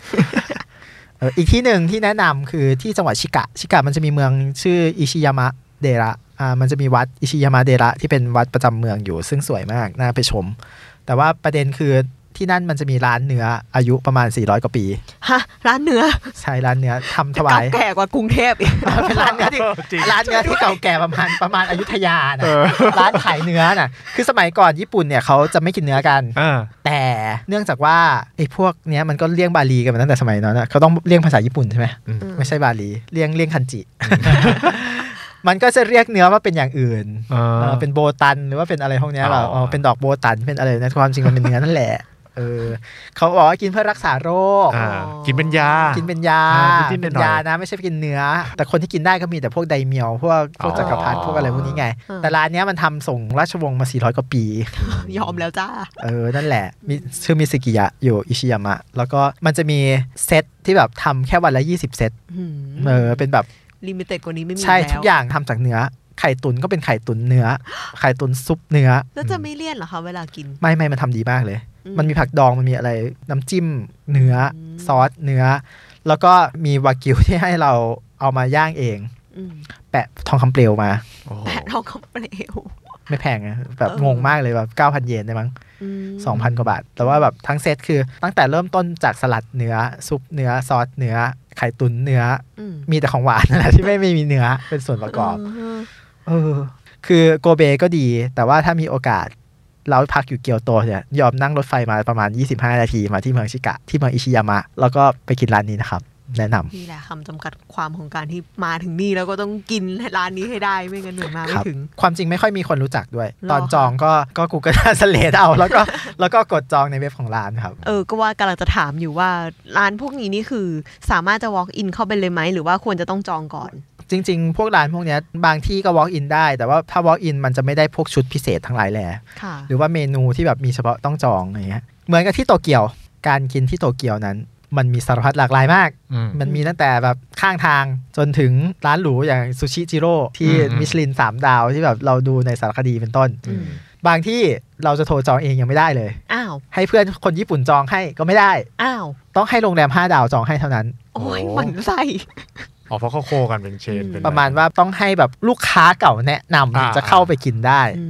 Speaker 2: เอออีกที่หนึ่งที่แนะนำคือที่จังหวัดชิกะ ชิกะมันจะมีเมืองชื่ออิชิยามะเดระอ่ามันจะมีวัดอิชิยามะเดระที่เป็นวัดประจำเมืองอยู่ ซึ่งสวยมากน่าไปชม แต่ว่าประเด็นคือที่นั่นมันจะมีร้านเนื้ออายุประมาณ 400 กว่าปี
Speaker 4: ฮะ ร้านเนื้อ
Speaker 2: ใช่ร้านเนื้อทำถวาย
Speaker 4: เก่แก่กว่ากรุงเทพอีก
Speaker 2: เป็น ร้านเนื้อที่
Speaker 3: จริง
Speaker 2: ร้านเนื้อที่เก่าแก่ประมาณประมาณอยุธยานะ
Speaker 3: เออ
Speaker 2: ร้านขายเนื้อน่ะ คือสมัยก่อนญี่ปุ่นเนี่ยเขาจะไม่กินเนื้อกัน
Speaker 3: อ่า
Speaker 2: แต่เนื่องจากว่าไอ้พวกเนี้ยมันก็เลี่ยงบาลีกันมาตั้งแต่สมัยนั้นนะเขาต้องเลี่ยงภาษาญี่ปุ่นใช่ไหม
Speaker 3: อืม
Speaker 2: ไม่ใช่บาลีเลี่ยงเลี่ยงคันจิ มันก็จะเรียกเนื้อว่าเป็นอย่างอื่น
Speaker 3: เออ
Speaker 2: เออเป็นโบตันหรือว่าเป็นอะไรพวกเนี้ยเหรา
Speaker 3: อ๋ออ๋อ
Speaker 2: เป็นดอกโบตันเป็นอะไรนะความจริงมันเป็นเนื้อนั่นแหละ เ เออเขาบอกว่ากินเพื่อรักษาโรค
Speaker 3: อ่ากินเป็นยา
Speaker 2: กินเป็นยา
Speaker 3: อ่านิดๆ
Speaker 2: เป็น
Speaker 3: หน่อยๆ
Speaker 2: ยานะไม่ใช่กินเนื้อ แต่คนที่กินได้ก็มีแต่พวกไดเมียวพวกพวก
Speaker 3: อ๋อ
Speaker 2: จักรพรรดิพวกอะไรพวกนี้ไง
Speaker 4: อืม
Speaker 2: แต่ร้านเนี้ยมันทำส่งราชวงศ์มา 400 กว่าปี
Speaker 4: ยอมแล้วจ้า
Speaker 2: เออ นั่นแหละมีชื่อมิสกิยะอยู่อิชิยามะ แล้วก็มันจะมีเซตที่แบบทำแค่วันละ 20 เซตเออเป็นแบบ
Speaker 4: ลิมิเต็ดกว่านี้ไม่มี
Speaker 2: ใช่
Speaker 4: แล้ว
Speaker 2: ทุกอย่างทำจากเนื้อ ไข่ตุนก็เป็นไข่ตุนเนื้อ ไข่ตุนซุปเนื้อ
Speaker 4: แล้วจะไม่เลี่ยนเหรอคะเวลากิน
Speaker 2: ไม่ไม่มันทำดีมากเลย
Speaker 4: อืม
Speaker 2: มันมีผักดอง มันมีอะไร น้ำจิ้มเนื้ออ
Speaker 4: ม
Speaker 2: ซอสเนื้อ แล้วก็มีวากิวที่ให้เราเอามาย่างเอง
Speaker 4: อืม
Speaker 2: แปะทองคำเปลวมา
Speaker 3: โอ้โห
Speaker 4: แปะทองคำเปลว
Speaker 2: ไม่แพงนะแบบ
Speaker 4: เออ
Speaker 2: งงมากเลยแบบ 9,000 เยนได้มั้ง
Speaker 4: ม
Speaker 2: 2,000 กว่าบาท แต่ว่าแบบทั้งเซตคือตั้งแต่เริ่มต้นจากสลัดเนื้อ ซุปเนื้อ ซอสเนื้อ ไข่ตุนเนื้อ
Speaker 4: อืม
Speaker 2: มีแต่ของหวานนั่นแหละที่ไม่ไม่มีเนื้อเป็นส่วนประกอบ
Speaker 4: เ
Speaker 2: เออ คือโกเบก็ดี แต่ว่าถ้ามีโอกาส เราพักอยู่เกียวโตเนี่ย ยอมนั่งรถไฟมาประมาณ 25 นาทีมาที่เมืองชิกะ ที่เมืองอิชิยามะ แล้วก็ไปกินร้านนี้นะครับ แนะนำ
Speaker 4: นี่แหละคำจำกัดความของการที่มาถึงนี่แล้วก็ต้องกินร้านนี้ให้ได้ไม่งั้นหนูมา
Speaker 2: ค
Speaker 4: ไม่
Speaker 2: รับ
Speaker 4: ถึง
Speaker 2: ความจริงไม่ค่อยมีคนรู้จักด้วย
Speaker 4: หรอ
Speaker 2: ตอนจองก็ก็กูก็น่าสเลดเอาแล้วก็แล้วก็กดจองในเว็บของร้านครับ
Speaker 4: เออ ก็ว่ากำลังจะถามอยู่ว่าร้านพวกนี้นี่คือ สามารถจะ walk in เข้าไปเลยไหม หรือว่าควรจะต้องจองก่อน
Speaker 2: จริง ๆ พวกร้านพวกเนี้ยบางที่ก็ walk in ได้ แต่ว่าถ้า walk in มันจะไม่ได้พวกชุดพิเศษทั้งหลายแหล่
Speaker 4: ค่ะ
Speaker 2: หรือว่าเมนูที่แบบมีเฉพาะต้องจองอะไรเงี้ยเหมือนกับที่โตเกียว การกินที่โตเกียวนั้น มันมีสารพัดหลากหลายมาก
Speaker 3: อืม
Speaker 2: มันมีตั้งแต่แบบข้างทางจนถึงร้านหรูอย่างซูชิจิโร่ที่
Speaker 3: อืมอืม
Speaker 2: มิชลินสามดาวที่แบบเราดูในสารคดีเป็นต้น
Speaker 4: อืม
Speaker 2: บางที่เราจะโทรจองเองยังไม่ได้เลย
Speaker 4: อ้าว
Speaker 2: ให้เพื่อนคนญี่ปุ่นจองให้ก็ไม่ได้
Speaker 4: อ้าว
Speaker 2: ต้องให้โรงแรม 5 ดาวจองให้เท่านั้น
Speaker 4: โอ้ย
Speaker 3: โอ้
Speaker 4: หมันไส้
Speaker 3: อ๋อเพราะเขาโคกันเป็นเชนเป็น
Speaker 2: ประมาณว่าต้องให้แบบลูกค้าเก่าแนะนำถึง
Speaker 3: อ่า
Speaker 2: จะเข้าไปกินได้
Speaker 4: อื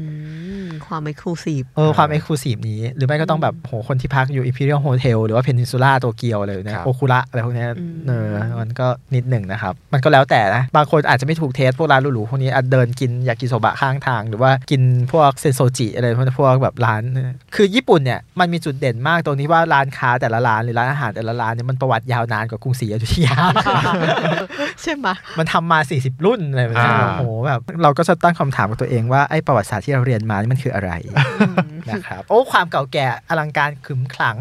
Speaker 4: ม ความไม่คลูซีฟ
Speaker 2: เออความเอ็กซ์คลูซีฟนี้ หรือไม่ก็ต้องแบบโหคนที่พักอยู่ Imperial Hotel หรือว่า Peninsula โตเกียวเลยนะโอคุระอะไรพวกเนี้ย
Speaker 4: อืม
Speaker 2: เนอมันก็นิดหนึ่งนะครับ มันก็แล้วแต่นะ บางคนอาจจะไม่ถูกเทส พวกร้านหรูๆพวกนี้อาจเดินกินยากิโซบะข้างทาง หรือว่ากินพวกเซนโซจิอะไรพวกพวกแบบร้านเนี่ยคือญี่ปุ่นเนี่ยมันมีจุดเด่นมากตรงที่ว่าร้านค้าแต่ละร้านหรือร้านอาหารแต่ละร้านเนี่ยมันประวัติยาวนานกว่ากรุงศรีอยุธยา
Speaker 4: ใช่ไหม
Speaker 2: มันทำมา 40 รุ่นอะไรแบบนี้
Speaker 3: อ่า
Speaker 2: โอ้โหแบบเราก็จะตั้งคำถามกับตัวเองว่าไอ้ประวัติศาสตร์ที่เราเรียนมานี่มันคืออะไร
Speaker 4: อืม
Speaker 2: นะครับโอ้ความเก่าแก่อลังการขึมขลัง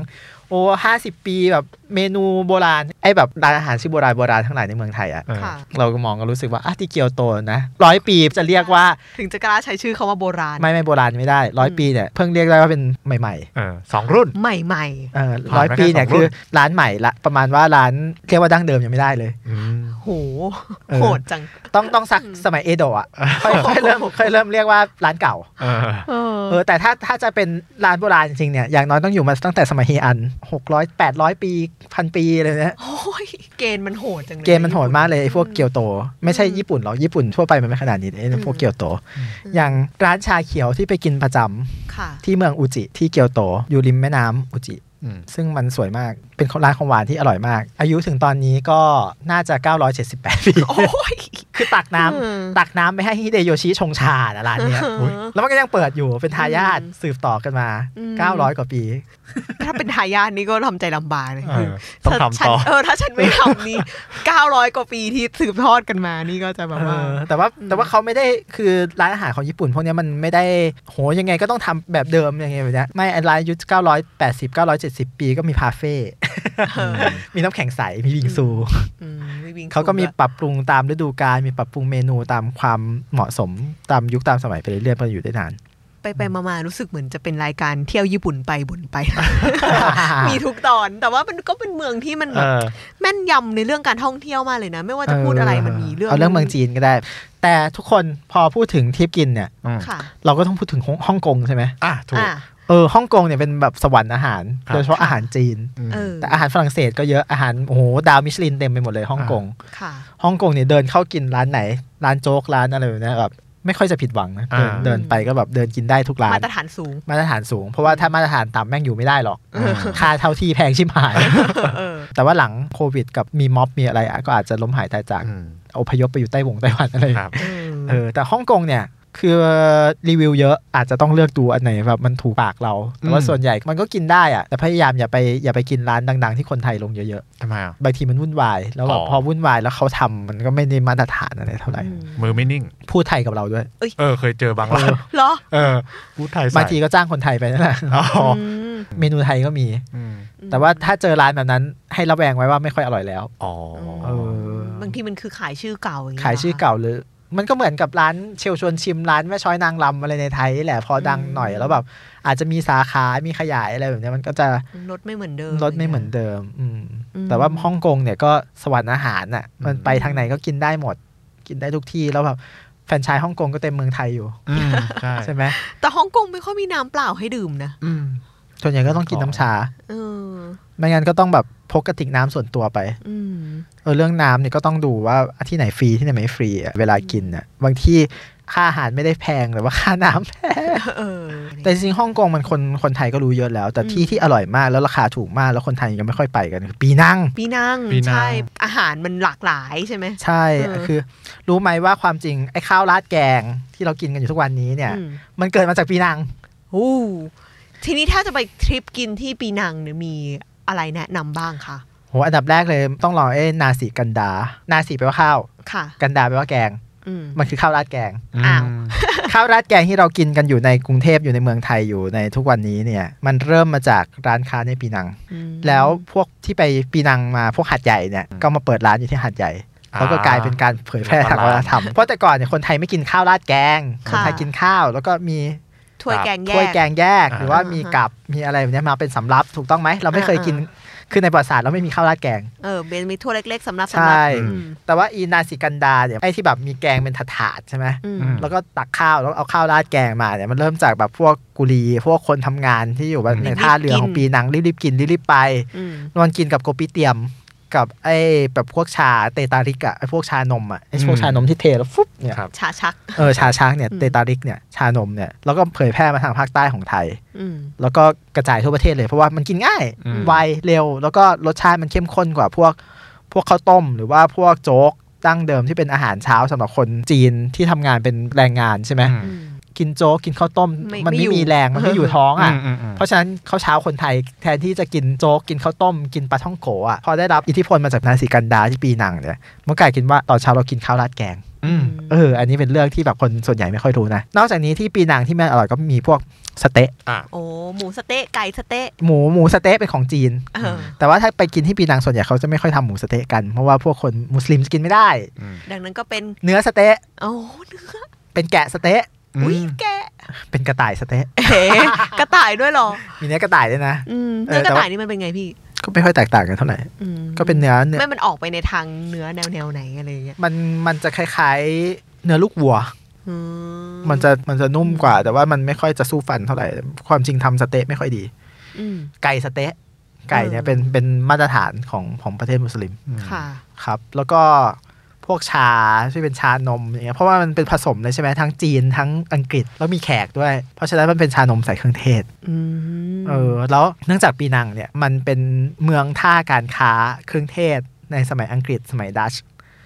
Speaker 2: โอ้ห้าสิบปีแบบเมนูโบราณ ไอ้แบบร้านอาหารชื่อโบราณโบราณทั้งหลายในเมืองไทยอะ
Speaker 3: เออ
Speaker 4: ค่ะ
Speaker 2: เราก็มองก็รู้สึกว่าอ่ะที่เกียวโตนะร้อยปีจะเรียกว่า
Speaker 4: ถึงจะกล้าใช้ชื่อคาว่าโบราณ
Speaker 2: ไม่ไม่โบราณไม่ได้ร้อยปีเนี่ยเพิ่งเรียกได้ว่าเป็นใหม่
Speaker 3: เออสองรุ่น
Speaker 4: ใหม่
Speaker 2: ๆเออ
Speaker 3: ผ่าน
Speaker 2: ร้อย
Speaker 3: มาแค่
Speaker 2: ปีเนี่ย
Speaker 3: สองรุ่
Speaker 2: คือน ร้านใหม่ละประมาณว่าร้านเรียกว่าดั้งเดิมยังไม่ได้เลย
Speaker 3: อืม
Speaker 4: ๆโห
Speaker 2: เออ
Speaker 4: โหดจัง
Speaker 2: ต้องต้องสักสมัยเอโดะอะ ค่อยค่อยเริ่มค่อยเริ่มเรียกว่าร้านเก่า
Speaker 3: เออ
Speaker 4: เออ
Speaker 2: เออแต่ถ้าถ้าจะเป็นร้านโบราณจริงๆเนี่ยอย่างน้อยต้องอยู่มาตั้งแต่สมัยเฮียอันหกร้อยแปดร้อยปีพันปีอะไรเนี่ย
Speaker 4: โอ้ย เกณฑ์มันโหดจังเลย
Speaker 2: เกมมันโหดมากเลยไอ้พวกเกียวโต ไม่ใช่ญี่ปุ่นหรอก ญี่ปุ่นทั่วไปมันไม่ขนาดนี้ไอ้พวกเกียวโต
Speaker 4: อืม
Speaker 2: อย่างร้านชาเขียวที่ไปกินประจำ
Speaker 4: ค่ะ
Speaker 2: ที่เมืองอุจิที่เกียวโต อยู่ริมแม่น้ำอุจิ
Speaker 3: อืม
Speaker 2: ซึ่งมันสวยมากเป็นร้านของหวานที่อร่อยมาก อายุถึงตอนนี้ก็น่าจะ 978ปี
Speaker 4: โอ้ย
Speaker 2: คือตักน้ำ
Speaker 4: อืม
Speaker 2: ตักน้ำไปให้ฮิเดโยชิชงชาน่ะร้านเนี้ย
Speaker 4: เออ
Speaker 2: แล้วมันก็ยังเปิดอยู่เป็นทายาท
Speaker 4: อืม
Speaker 2: สืบต่อกันมา
Speaker 4: อืม
Speaker 2: 900 กว่าปี
Speaker 4: ถ้าเป็นทายาทนี่ก็ทำใจลำบากเลย
Speaker 3: เอ
Speaker 4: คือ
Speaker 3: อต้อง
Speaker 4: ถ้าฉั
Speaker 3: ทำต่อ
Speaker 4: เออถ้าฉันไม่ทำนี่ 900 กว่าปีที่สืบทอดกันมานี่ก็จะแบบว่า
Speaker 2: เออแต่ว่า
Speaker 4: อืม
Speaker 2: แต่ว่าเขาไม่ได้คือร้านอาหารของญี่ปุ่น พวกเนี้ยมันไม่ได้โหยังไงก็ต้องทำแบบเดิมยังไงแบบเนี้ยไม่ไอ้ร้านยุค980 970 ปีก็มีพาเฟ่
Speaker 4: เออ
Speaker 2: มีน้ำแข็งใส มีบิงซู
Speaker 4: อืมไม่วิ่ง
Speaker 2: เขาก็มี
Speaker 4: สู้
Speaker 2: ปรับปรุงตามฤดูกาลมีปรับปรุงเมนูตามความเหมาะสมตามยุคตามสมัยไปเรื่อยๆมันอยู่ได้ นาน
Speaker 4: ไปไปมามารู้สึกเหมือนจะเป็นรายการเที่ยวญี่ปุ่นไปบ่นไป มีทุกตอน แต่ว่ามันก็เป็นเมืองที่มัน
Speaker 3: เอ
Speaker 4: แบบ
Speaker 3: อ
Speaker 4: แม่นยำในเรื่องการท่องเที่ยวมากเลยนะ ไม่ว่าจะพูดอะไรมันมีเรื่อง
Speaker 2: เอาเรื่องเมืองจีนก็ได้ แต่ทุกคนพอพูดถึงทริปกินเนี่ย
Speaker 3: อืม
Speaker 4: ค่ะ
Speaker 2: เราก็ต้องพูดถึงฮ่องฮ่องกงใช่ไหม
Speaker 3: อ่ะถูก
Speaker 4: อ่ะ
Speaker 2: เออฮ่องกงเนี่ยเป็นแบบสวรรค์อาหาร
Speaker 3: ครับ
Speaker 2: โดยเฉพาะอาหารจีน
Speaker 4: เออ
Speaker 2: แต่อาหารฝรั่งเศสก็เยอะอาหารโอ้โหดาวมิชลินเต็มไปหมดเลยฮ่องกง
Speaker 4: ค่ะ
Speaker 2: ฮ่องกงเนี่ยเดินเข้ากินร้านไหน ร้านโจ๊กร้านอะไรแบบเนี้ยแบบไม่ค่อยจะผิดหวังนะเดิน
Speaker 3: อ่า
Speaker 2: เดินไปก็แบบเดินกินได้ทุกร้าม
Speaker 4: าน ตรฐานสูง
Speaker 2: มาตรฐานสูง เพราะว่าถ้ามาตรฐานต่ำแม่งอยู่ไม่ได้หรอก
Speaker 3: เออ
Speaker 2: ค่าเท่าที่แพงชิบหาย
Speaker 4: เออเออ
Speaker 2: แต่ว่าหลังโควิดกับมีม็อบมีอะไรอะก็อาจจะล้มหายตายจาก
Speaker 3: อืม
Speaker 2: อพยพไปอยู่ไต้หวงไต้หวันอะไร
Speaker 3: ครับ
Speaker 4: เออ
Speaker 2: เออแต่ฮ่องกงเนี่ยคือรีวิวเยอะอาจจะต้องเลือกดูอันไหนแบบมันถูกปากเราแต่ว่า
Speaker 3: อืม
Speaker 2: ส่วนใหญ่มันก็กินได้อะแต่พยายามอย่าไปอย่าไปกินร้านดัง ๆ ที่คนไทยลงเยอะๆ
Speaker 3: ทำไมอ่ะ
Speaker 2: บางทีมันวุ่นวาย แล้วแบ
Speaker 3: อ๋
Speaker 2: บ
Speaker 3: อ
Speaker 2: พอวุ่นวายแล้วเขาทำมันก็ไม่ได้มาตรฐานอะไรเท่าไหร่
Speaker 4: อืม
Speaker 3: มือไม่นิ่ง
Speaker 2: พูดไทยกับเราด้วย
Speaker 3: เออ เคยเจอบางร้าน
Speaker 4: เหรอ
Speaker 3: เออพูดไทยใส่
Speaker 2: บางทีก็จ้างคนไทยไปนั่นแหละ
Speaker 3: อ๋อ
Speaker 4: อืม
Speaker 2: เมนูไทยก็มี
Speaker 3: อืม
Speaker 2: แต่ว่าถ้าเจอร้านแบบนั้นให้ระแวงไว้ว่าไม่ค่อยอร่อยแล้ว
Speaker 3: อ๋อ
Speaker 2: เออ
Speaker 4: บางทีมันคือขายชื่อเก่าอย่างเงี้
Speaker 2: ขายชื่
Speaker 4: ห
Speaker 2: อ
Speaker 4: รคะ
Speaker 2: เก่าหรือ มันก็เหมือนกับร้านเชลชวนชิมร้านแม่ช้อยนางรำอะไรในไทยนี่แหละพอดังหน่อย
Speaker 4: อืม
Speaker 2: แล้วแบบอาจจะมีสาขามีขยายอะไรแบบเนี้ยมันก็จะ
Speaker 4: รสไม่เหมือนเดิม
Speaker 2: ลดไม่เหมือนเดิม อืม
Speaker 4: อืม
Speaker 2: แต่ว่าฮ่องกงเนี่ยก็สวรรค์อาหารน่ะ มันไปทางไหนก็กินได้หมด กินได้ทุกที่แล้วแบบแฟรนไชายฮ่องกงก็เต็มเมืองไทยอยู่
Speaker 3: อืมใช่
Speaker 2: ใช่ไหม
Speaker 4: แต่ฮ่องกงไม่ค่อยมีน้ำเปล่าให้ดื่มนะ
Speaker 3: อืม
Speaker 2: ส่วนใหญ่ก็ต้องกินน้ำชา
Speaker 4: เออ
Speaker 2: ไม่งั้นก็ต้องแบบพกกระติกน้ำส่วนตัวไป
Speaker 4: อืม
Speaker 2: เออเรื่องน้ำเนี่ยก็ต้องดูว่าที่ไหนฟรีที่ไหนไม่ฟรีอะเวลากินอ่ะบางที่ค่าอาหารไม่ได้แพงแต่ว่า ค่าน้ำแพง
Speaker 4: เออ
Speaker 2: แต่จริงๆฮ่องกงมันคนคนไทยก็รู้เยอะแล้ว แต่ที่
Speaker 4: อืม
Speaker 2: ที่อร่อยมากแล้วราคาถูกมากแล้วคนไทยยังไม่ค่อยไปกันคือปีนัง
Speaker 4: ปีนัง
Speaker 3: ปีนัง
Speaker 4: ใช่ อาหารมันหลากหลายใช่ไหม
Speaker 2: ใช่
Speaker 4: เออ
Speaker 2: คือ รู้ไหมว่าความจริงไอ้ข้าวราดแกงที่เรากินกันอยู่ทุกวันนี้เนี่ย
Speaker 4: อืม
Speaker 2: มันเกิดมาจากปีนัง
Speaker 4: โอ้ทีนี้ถ้าจะไปทริปกินที่ปีนังเนี่ยมีอะไรแนะนำบ้างคะ
Speaker 2: โหอันดับแรกเลยต้องลองเอ้นาสีกันดา นาสีแปลว่าข้าว
Speaker 4: ค่ะ
Speaker 2: กันดาแปลว่าแกง
Speaker 4: อืม
Speaker 2: มันคือข้าวราดแกง
Speaker 3: ม
Speaker 4: อ้าว
Speaker 2: ข้าวราดแกงที่เรากินกันอยู่ในกรุงเทพอยู่ในเมืองไทยอยู่ในทุกวันนี้เนี่ย มันเริ่มมาจากร้านค้าในปีนัง
Speaker 4: อืม
Speaker 2: แล้วพวกที่ไปปีนังมาพวกหัดใหญ่เนี่ยก็มาเปิดร้านอยู่ที่หัดใหญ่ แล้วก็กลายเป็นการเผยแพร่ทางวัฒนธร รม เพราะแต่ก่อนเนี่ยคนไทยไม่กินข้าวราดแกง
Speaker 4: ค่ะ
Speaker 2: คนไทยกินข้าว แล้วก็มี
Speaker 4: ถ้วยแกงแยก
Speaker 2: ถ้วยแกงแยก
Speaker 3: อ่า
Speaker 2: หรือว่ามีกับมีอะไรแบบเนี้ยมาเป็นสำรับถูกต้องไหม เราไม่เคยกิน
Speaker 4: อ่
Speaker 2: คือในประวัติศาสตร์เราไม่มีข้าวราดแกง
Speaker 4: เออเบนมีถ้วยเล็ก ๆสำหรับ
Speaker 2: ใช่
Speaker 4: สำหรับ
Speaker 3: อื
Speaker 4: อืม
Speaker 2: แต่ว่าอีนาสิกันดาเนี่ยไอ้ที่แบบมีแกงเป็นถาดๆใช่ไหม
Speaker 4: อืม
Speaker 3: อืม
Speaker 2: แล้วก็ตักข้าวแล้วเอาข้าวราดแกงมาเนี่ยมันเริ่มจากแบบพวกกุลี พวกคนทำงานที่อยู่แบบใน
Speaker 4: รีบๆ
Speaker 2: ท่าเรือขอ
Speaker 4: กิ
Speaker 2: ง
Speaker 4: น
Speaker 2: ปีนังรีบๆกินรีบๆไป
Speaker 4: อืม
Speaker 2: นอนกินกับโกปิเตียมกับไอ้แบบพวกชาเตตาริกอะไอ้พวกชานมอะไอ้พวก
Speaker 3: อืม
Speaker 2: ชานมที่เทแล้วฟุบเนี่ย
Speaker 3: ครับ
Speaker 4: ชาชัก
Speaker 2: เออชาช้างเนี่ย
Speaker 4: อืม
Speaker 2: เตตาริกเนี่ยชานมเนี่ยแล้วก็เผยแพร่มาทางภาคใต้ของไทย
Speaker 4: อืม
Speaker 2: แล้วก็กระจายทั่วประเทศเลยเพราะว่ามันกินง่าย
Speaker 3: อืม
Speaker 2: ไวเร็ว แล้วก็รสชาติมันเข้มข้นกว่าพวกพวกข้าวต้ม หรือว่าพวกโจ๊กตั้งเดิมที่เป็นอาหารเช้าสำหรับคนจีนที่ทำงานเป็นแรงงานใช่ไหม
Speaker 3: อืม
Speaker 4: อืม
Speaker 2: กินโจ๊กกินข้าวต้ม
Speaker 4: ไม่
Speaker 2: มัน
Speaker 4: ไม่
Speaker 2: ไม่
Speaker 4: อยู่
Speaker 2: มีแรงมันไม่อยู่ท้องอ่ะ
Speaker 3: อืมอืมอืม
Speaker 2: เพราะฉะนั้นข้าวเช้าคนไทยแทนที่จะกินโจ๊กกินข้าวต้ม กินปลาท่องโกะอ่ะพอได้รับอิทธิพลมาจากนายสีกันดาที่ปีหนังเนี่ยมันกลายกินว่าตอนเช้าเรากินข้าวราดแกง
Speaker 3: อืม
Speaker 2: เอออันนี้เป็นเรื่องที่แบบคนส่วนใหญ่ไม่ค่อยรู้นะนอกจากนี้ที่ปีหนังที่แม่อร่อยก็มีพวกสเต๊ะ
Speaker 3: อ่ะ
Speaker 4: โอ้หมูสะเต๊ะไก่สะเต๊ะ
Speaker 2: หมูหมูสเต๊ะเป็นของจีน
Speaker 4: เออ
Speaker 2: แต่ว่าถ้าไปกินที่ปีหนังส่วนใหญ่เขาจะไม่ค่อยทำหมูสเต๊ะกันเพราะว่าพวกคนมุสลิมจะกินไม่ได้
Speaker 3: อืม
Speaker 4: ดังนั้นก็เป็น
Speaker 2: เนื้อสเต๊ะ
Speaker 4: โอ้เนื้อ
Speaker 2: เป็นแกะสเต๊ะ
Speaker 4: อุ้ย
Speaker 3: ม
Speaker 4: แกะ
Speaker 2: เป็นกระต่ายสเต๊ะ
Speaker 4: เอ๋กระต่ายด้วยเหรอ
Speaker 2: มีเนื้อกระต่ายด้วยนะ
Speaker 4: อืม
Speaker 2: เออ
Speaker 4: เนื้อก
Speaker 2: แต่
Speaker 4: ระ
Speaker 2: ว่า
Speaker 4: ต่ายนี่มันเป็นไงพี่
Speaker 2: ก็ไม่ค่อยแตกต่างกันเท่าไหร่
Speaker 4: อืม
Speaker 2: ก็เป็นเนื้อเนื้อ
Speaker 4: ไม่มันออกไปในทางเนื้อแนวแนวๆไหนอะไรอย่างเงี้ย
Speaker 2: มันมันจะคล้ายๆ เนื้อลูกวัว
Speaker 4: อืม
Speaker 2: มันจะมันจะนุ่มกว่า แต่ว่ามันไม่ค่อยจะสู้ฟันเท่าไหร่ ความจริงทำสเต๊ะไม่ค่อยดี
Speaker 4: อืม
Speaker 2: ไก่สเต๊ะไก่เนี่ย
Speaker 4: เออ
Speaker 2: เป็นเป็นมาตรฐานของของประเทศมุสลิม
Speaker 4: ค่ะ
Speaker 2: ครับ แล้วก็พวกชาที่เป็นชานมอย่างเงี้ยเพราะว่ามันเป็นผสมเลยใช่ไหมทั้งจีนทั้งอังกฤษแล้วมีแขกด้วย เพราะฉะนั้นมันเป็นชานมใส่เครื่องเทศ
Speaker 4: อืม
Speaker 2: เออแล้วเนื่องจากปีนังเนี่ยมันเป็นเมืองท่าการค้าเครื่องเทศในสมัยอังกฤษสมัยดัช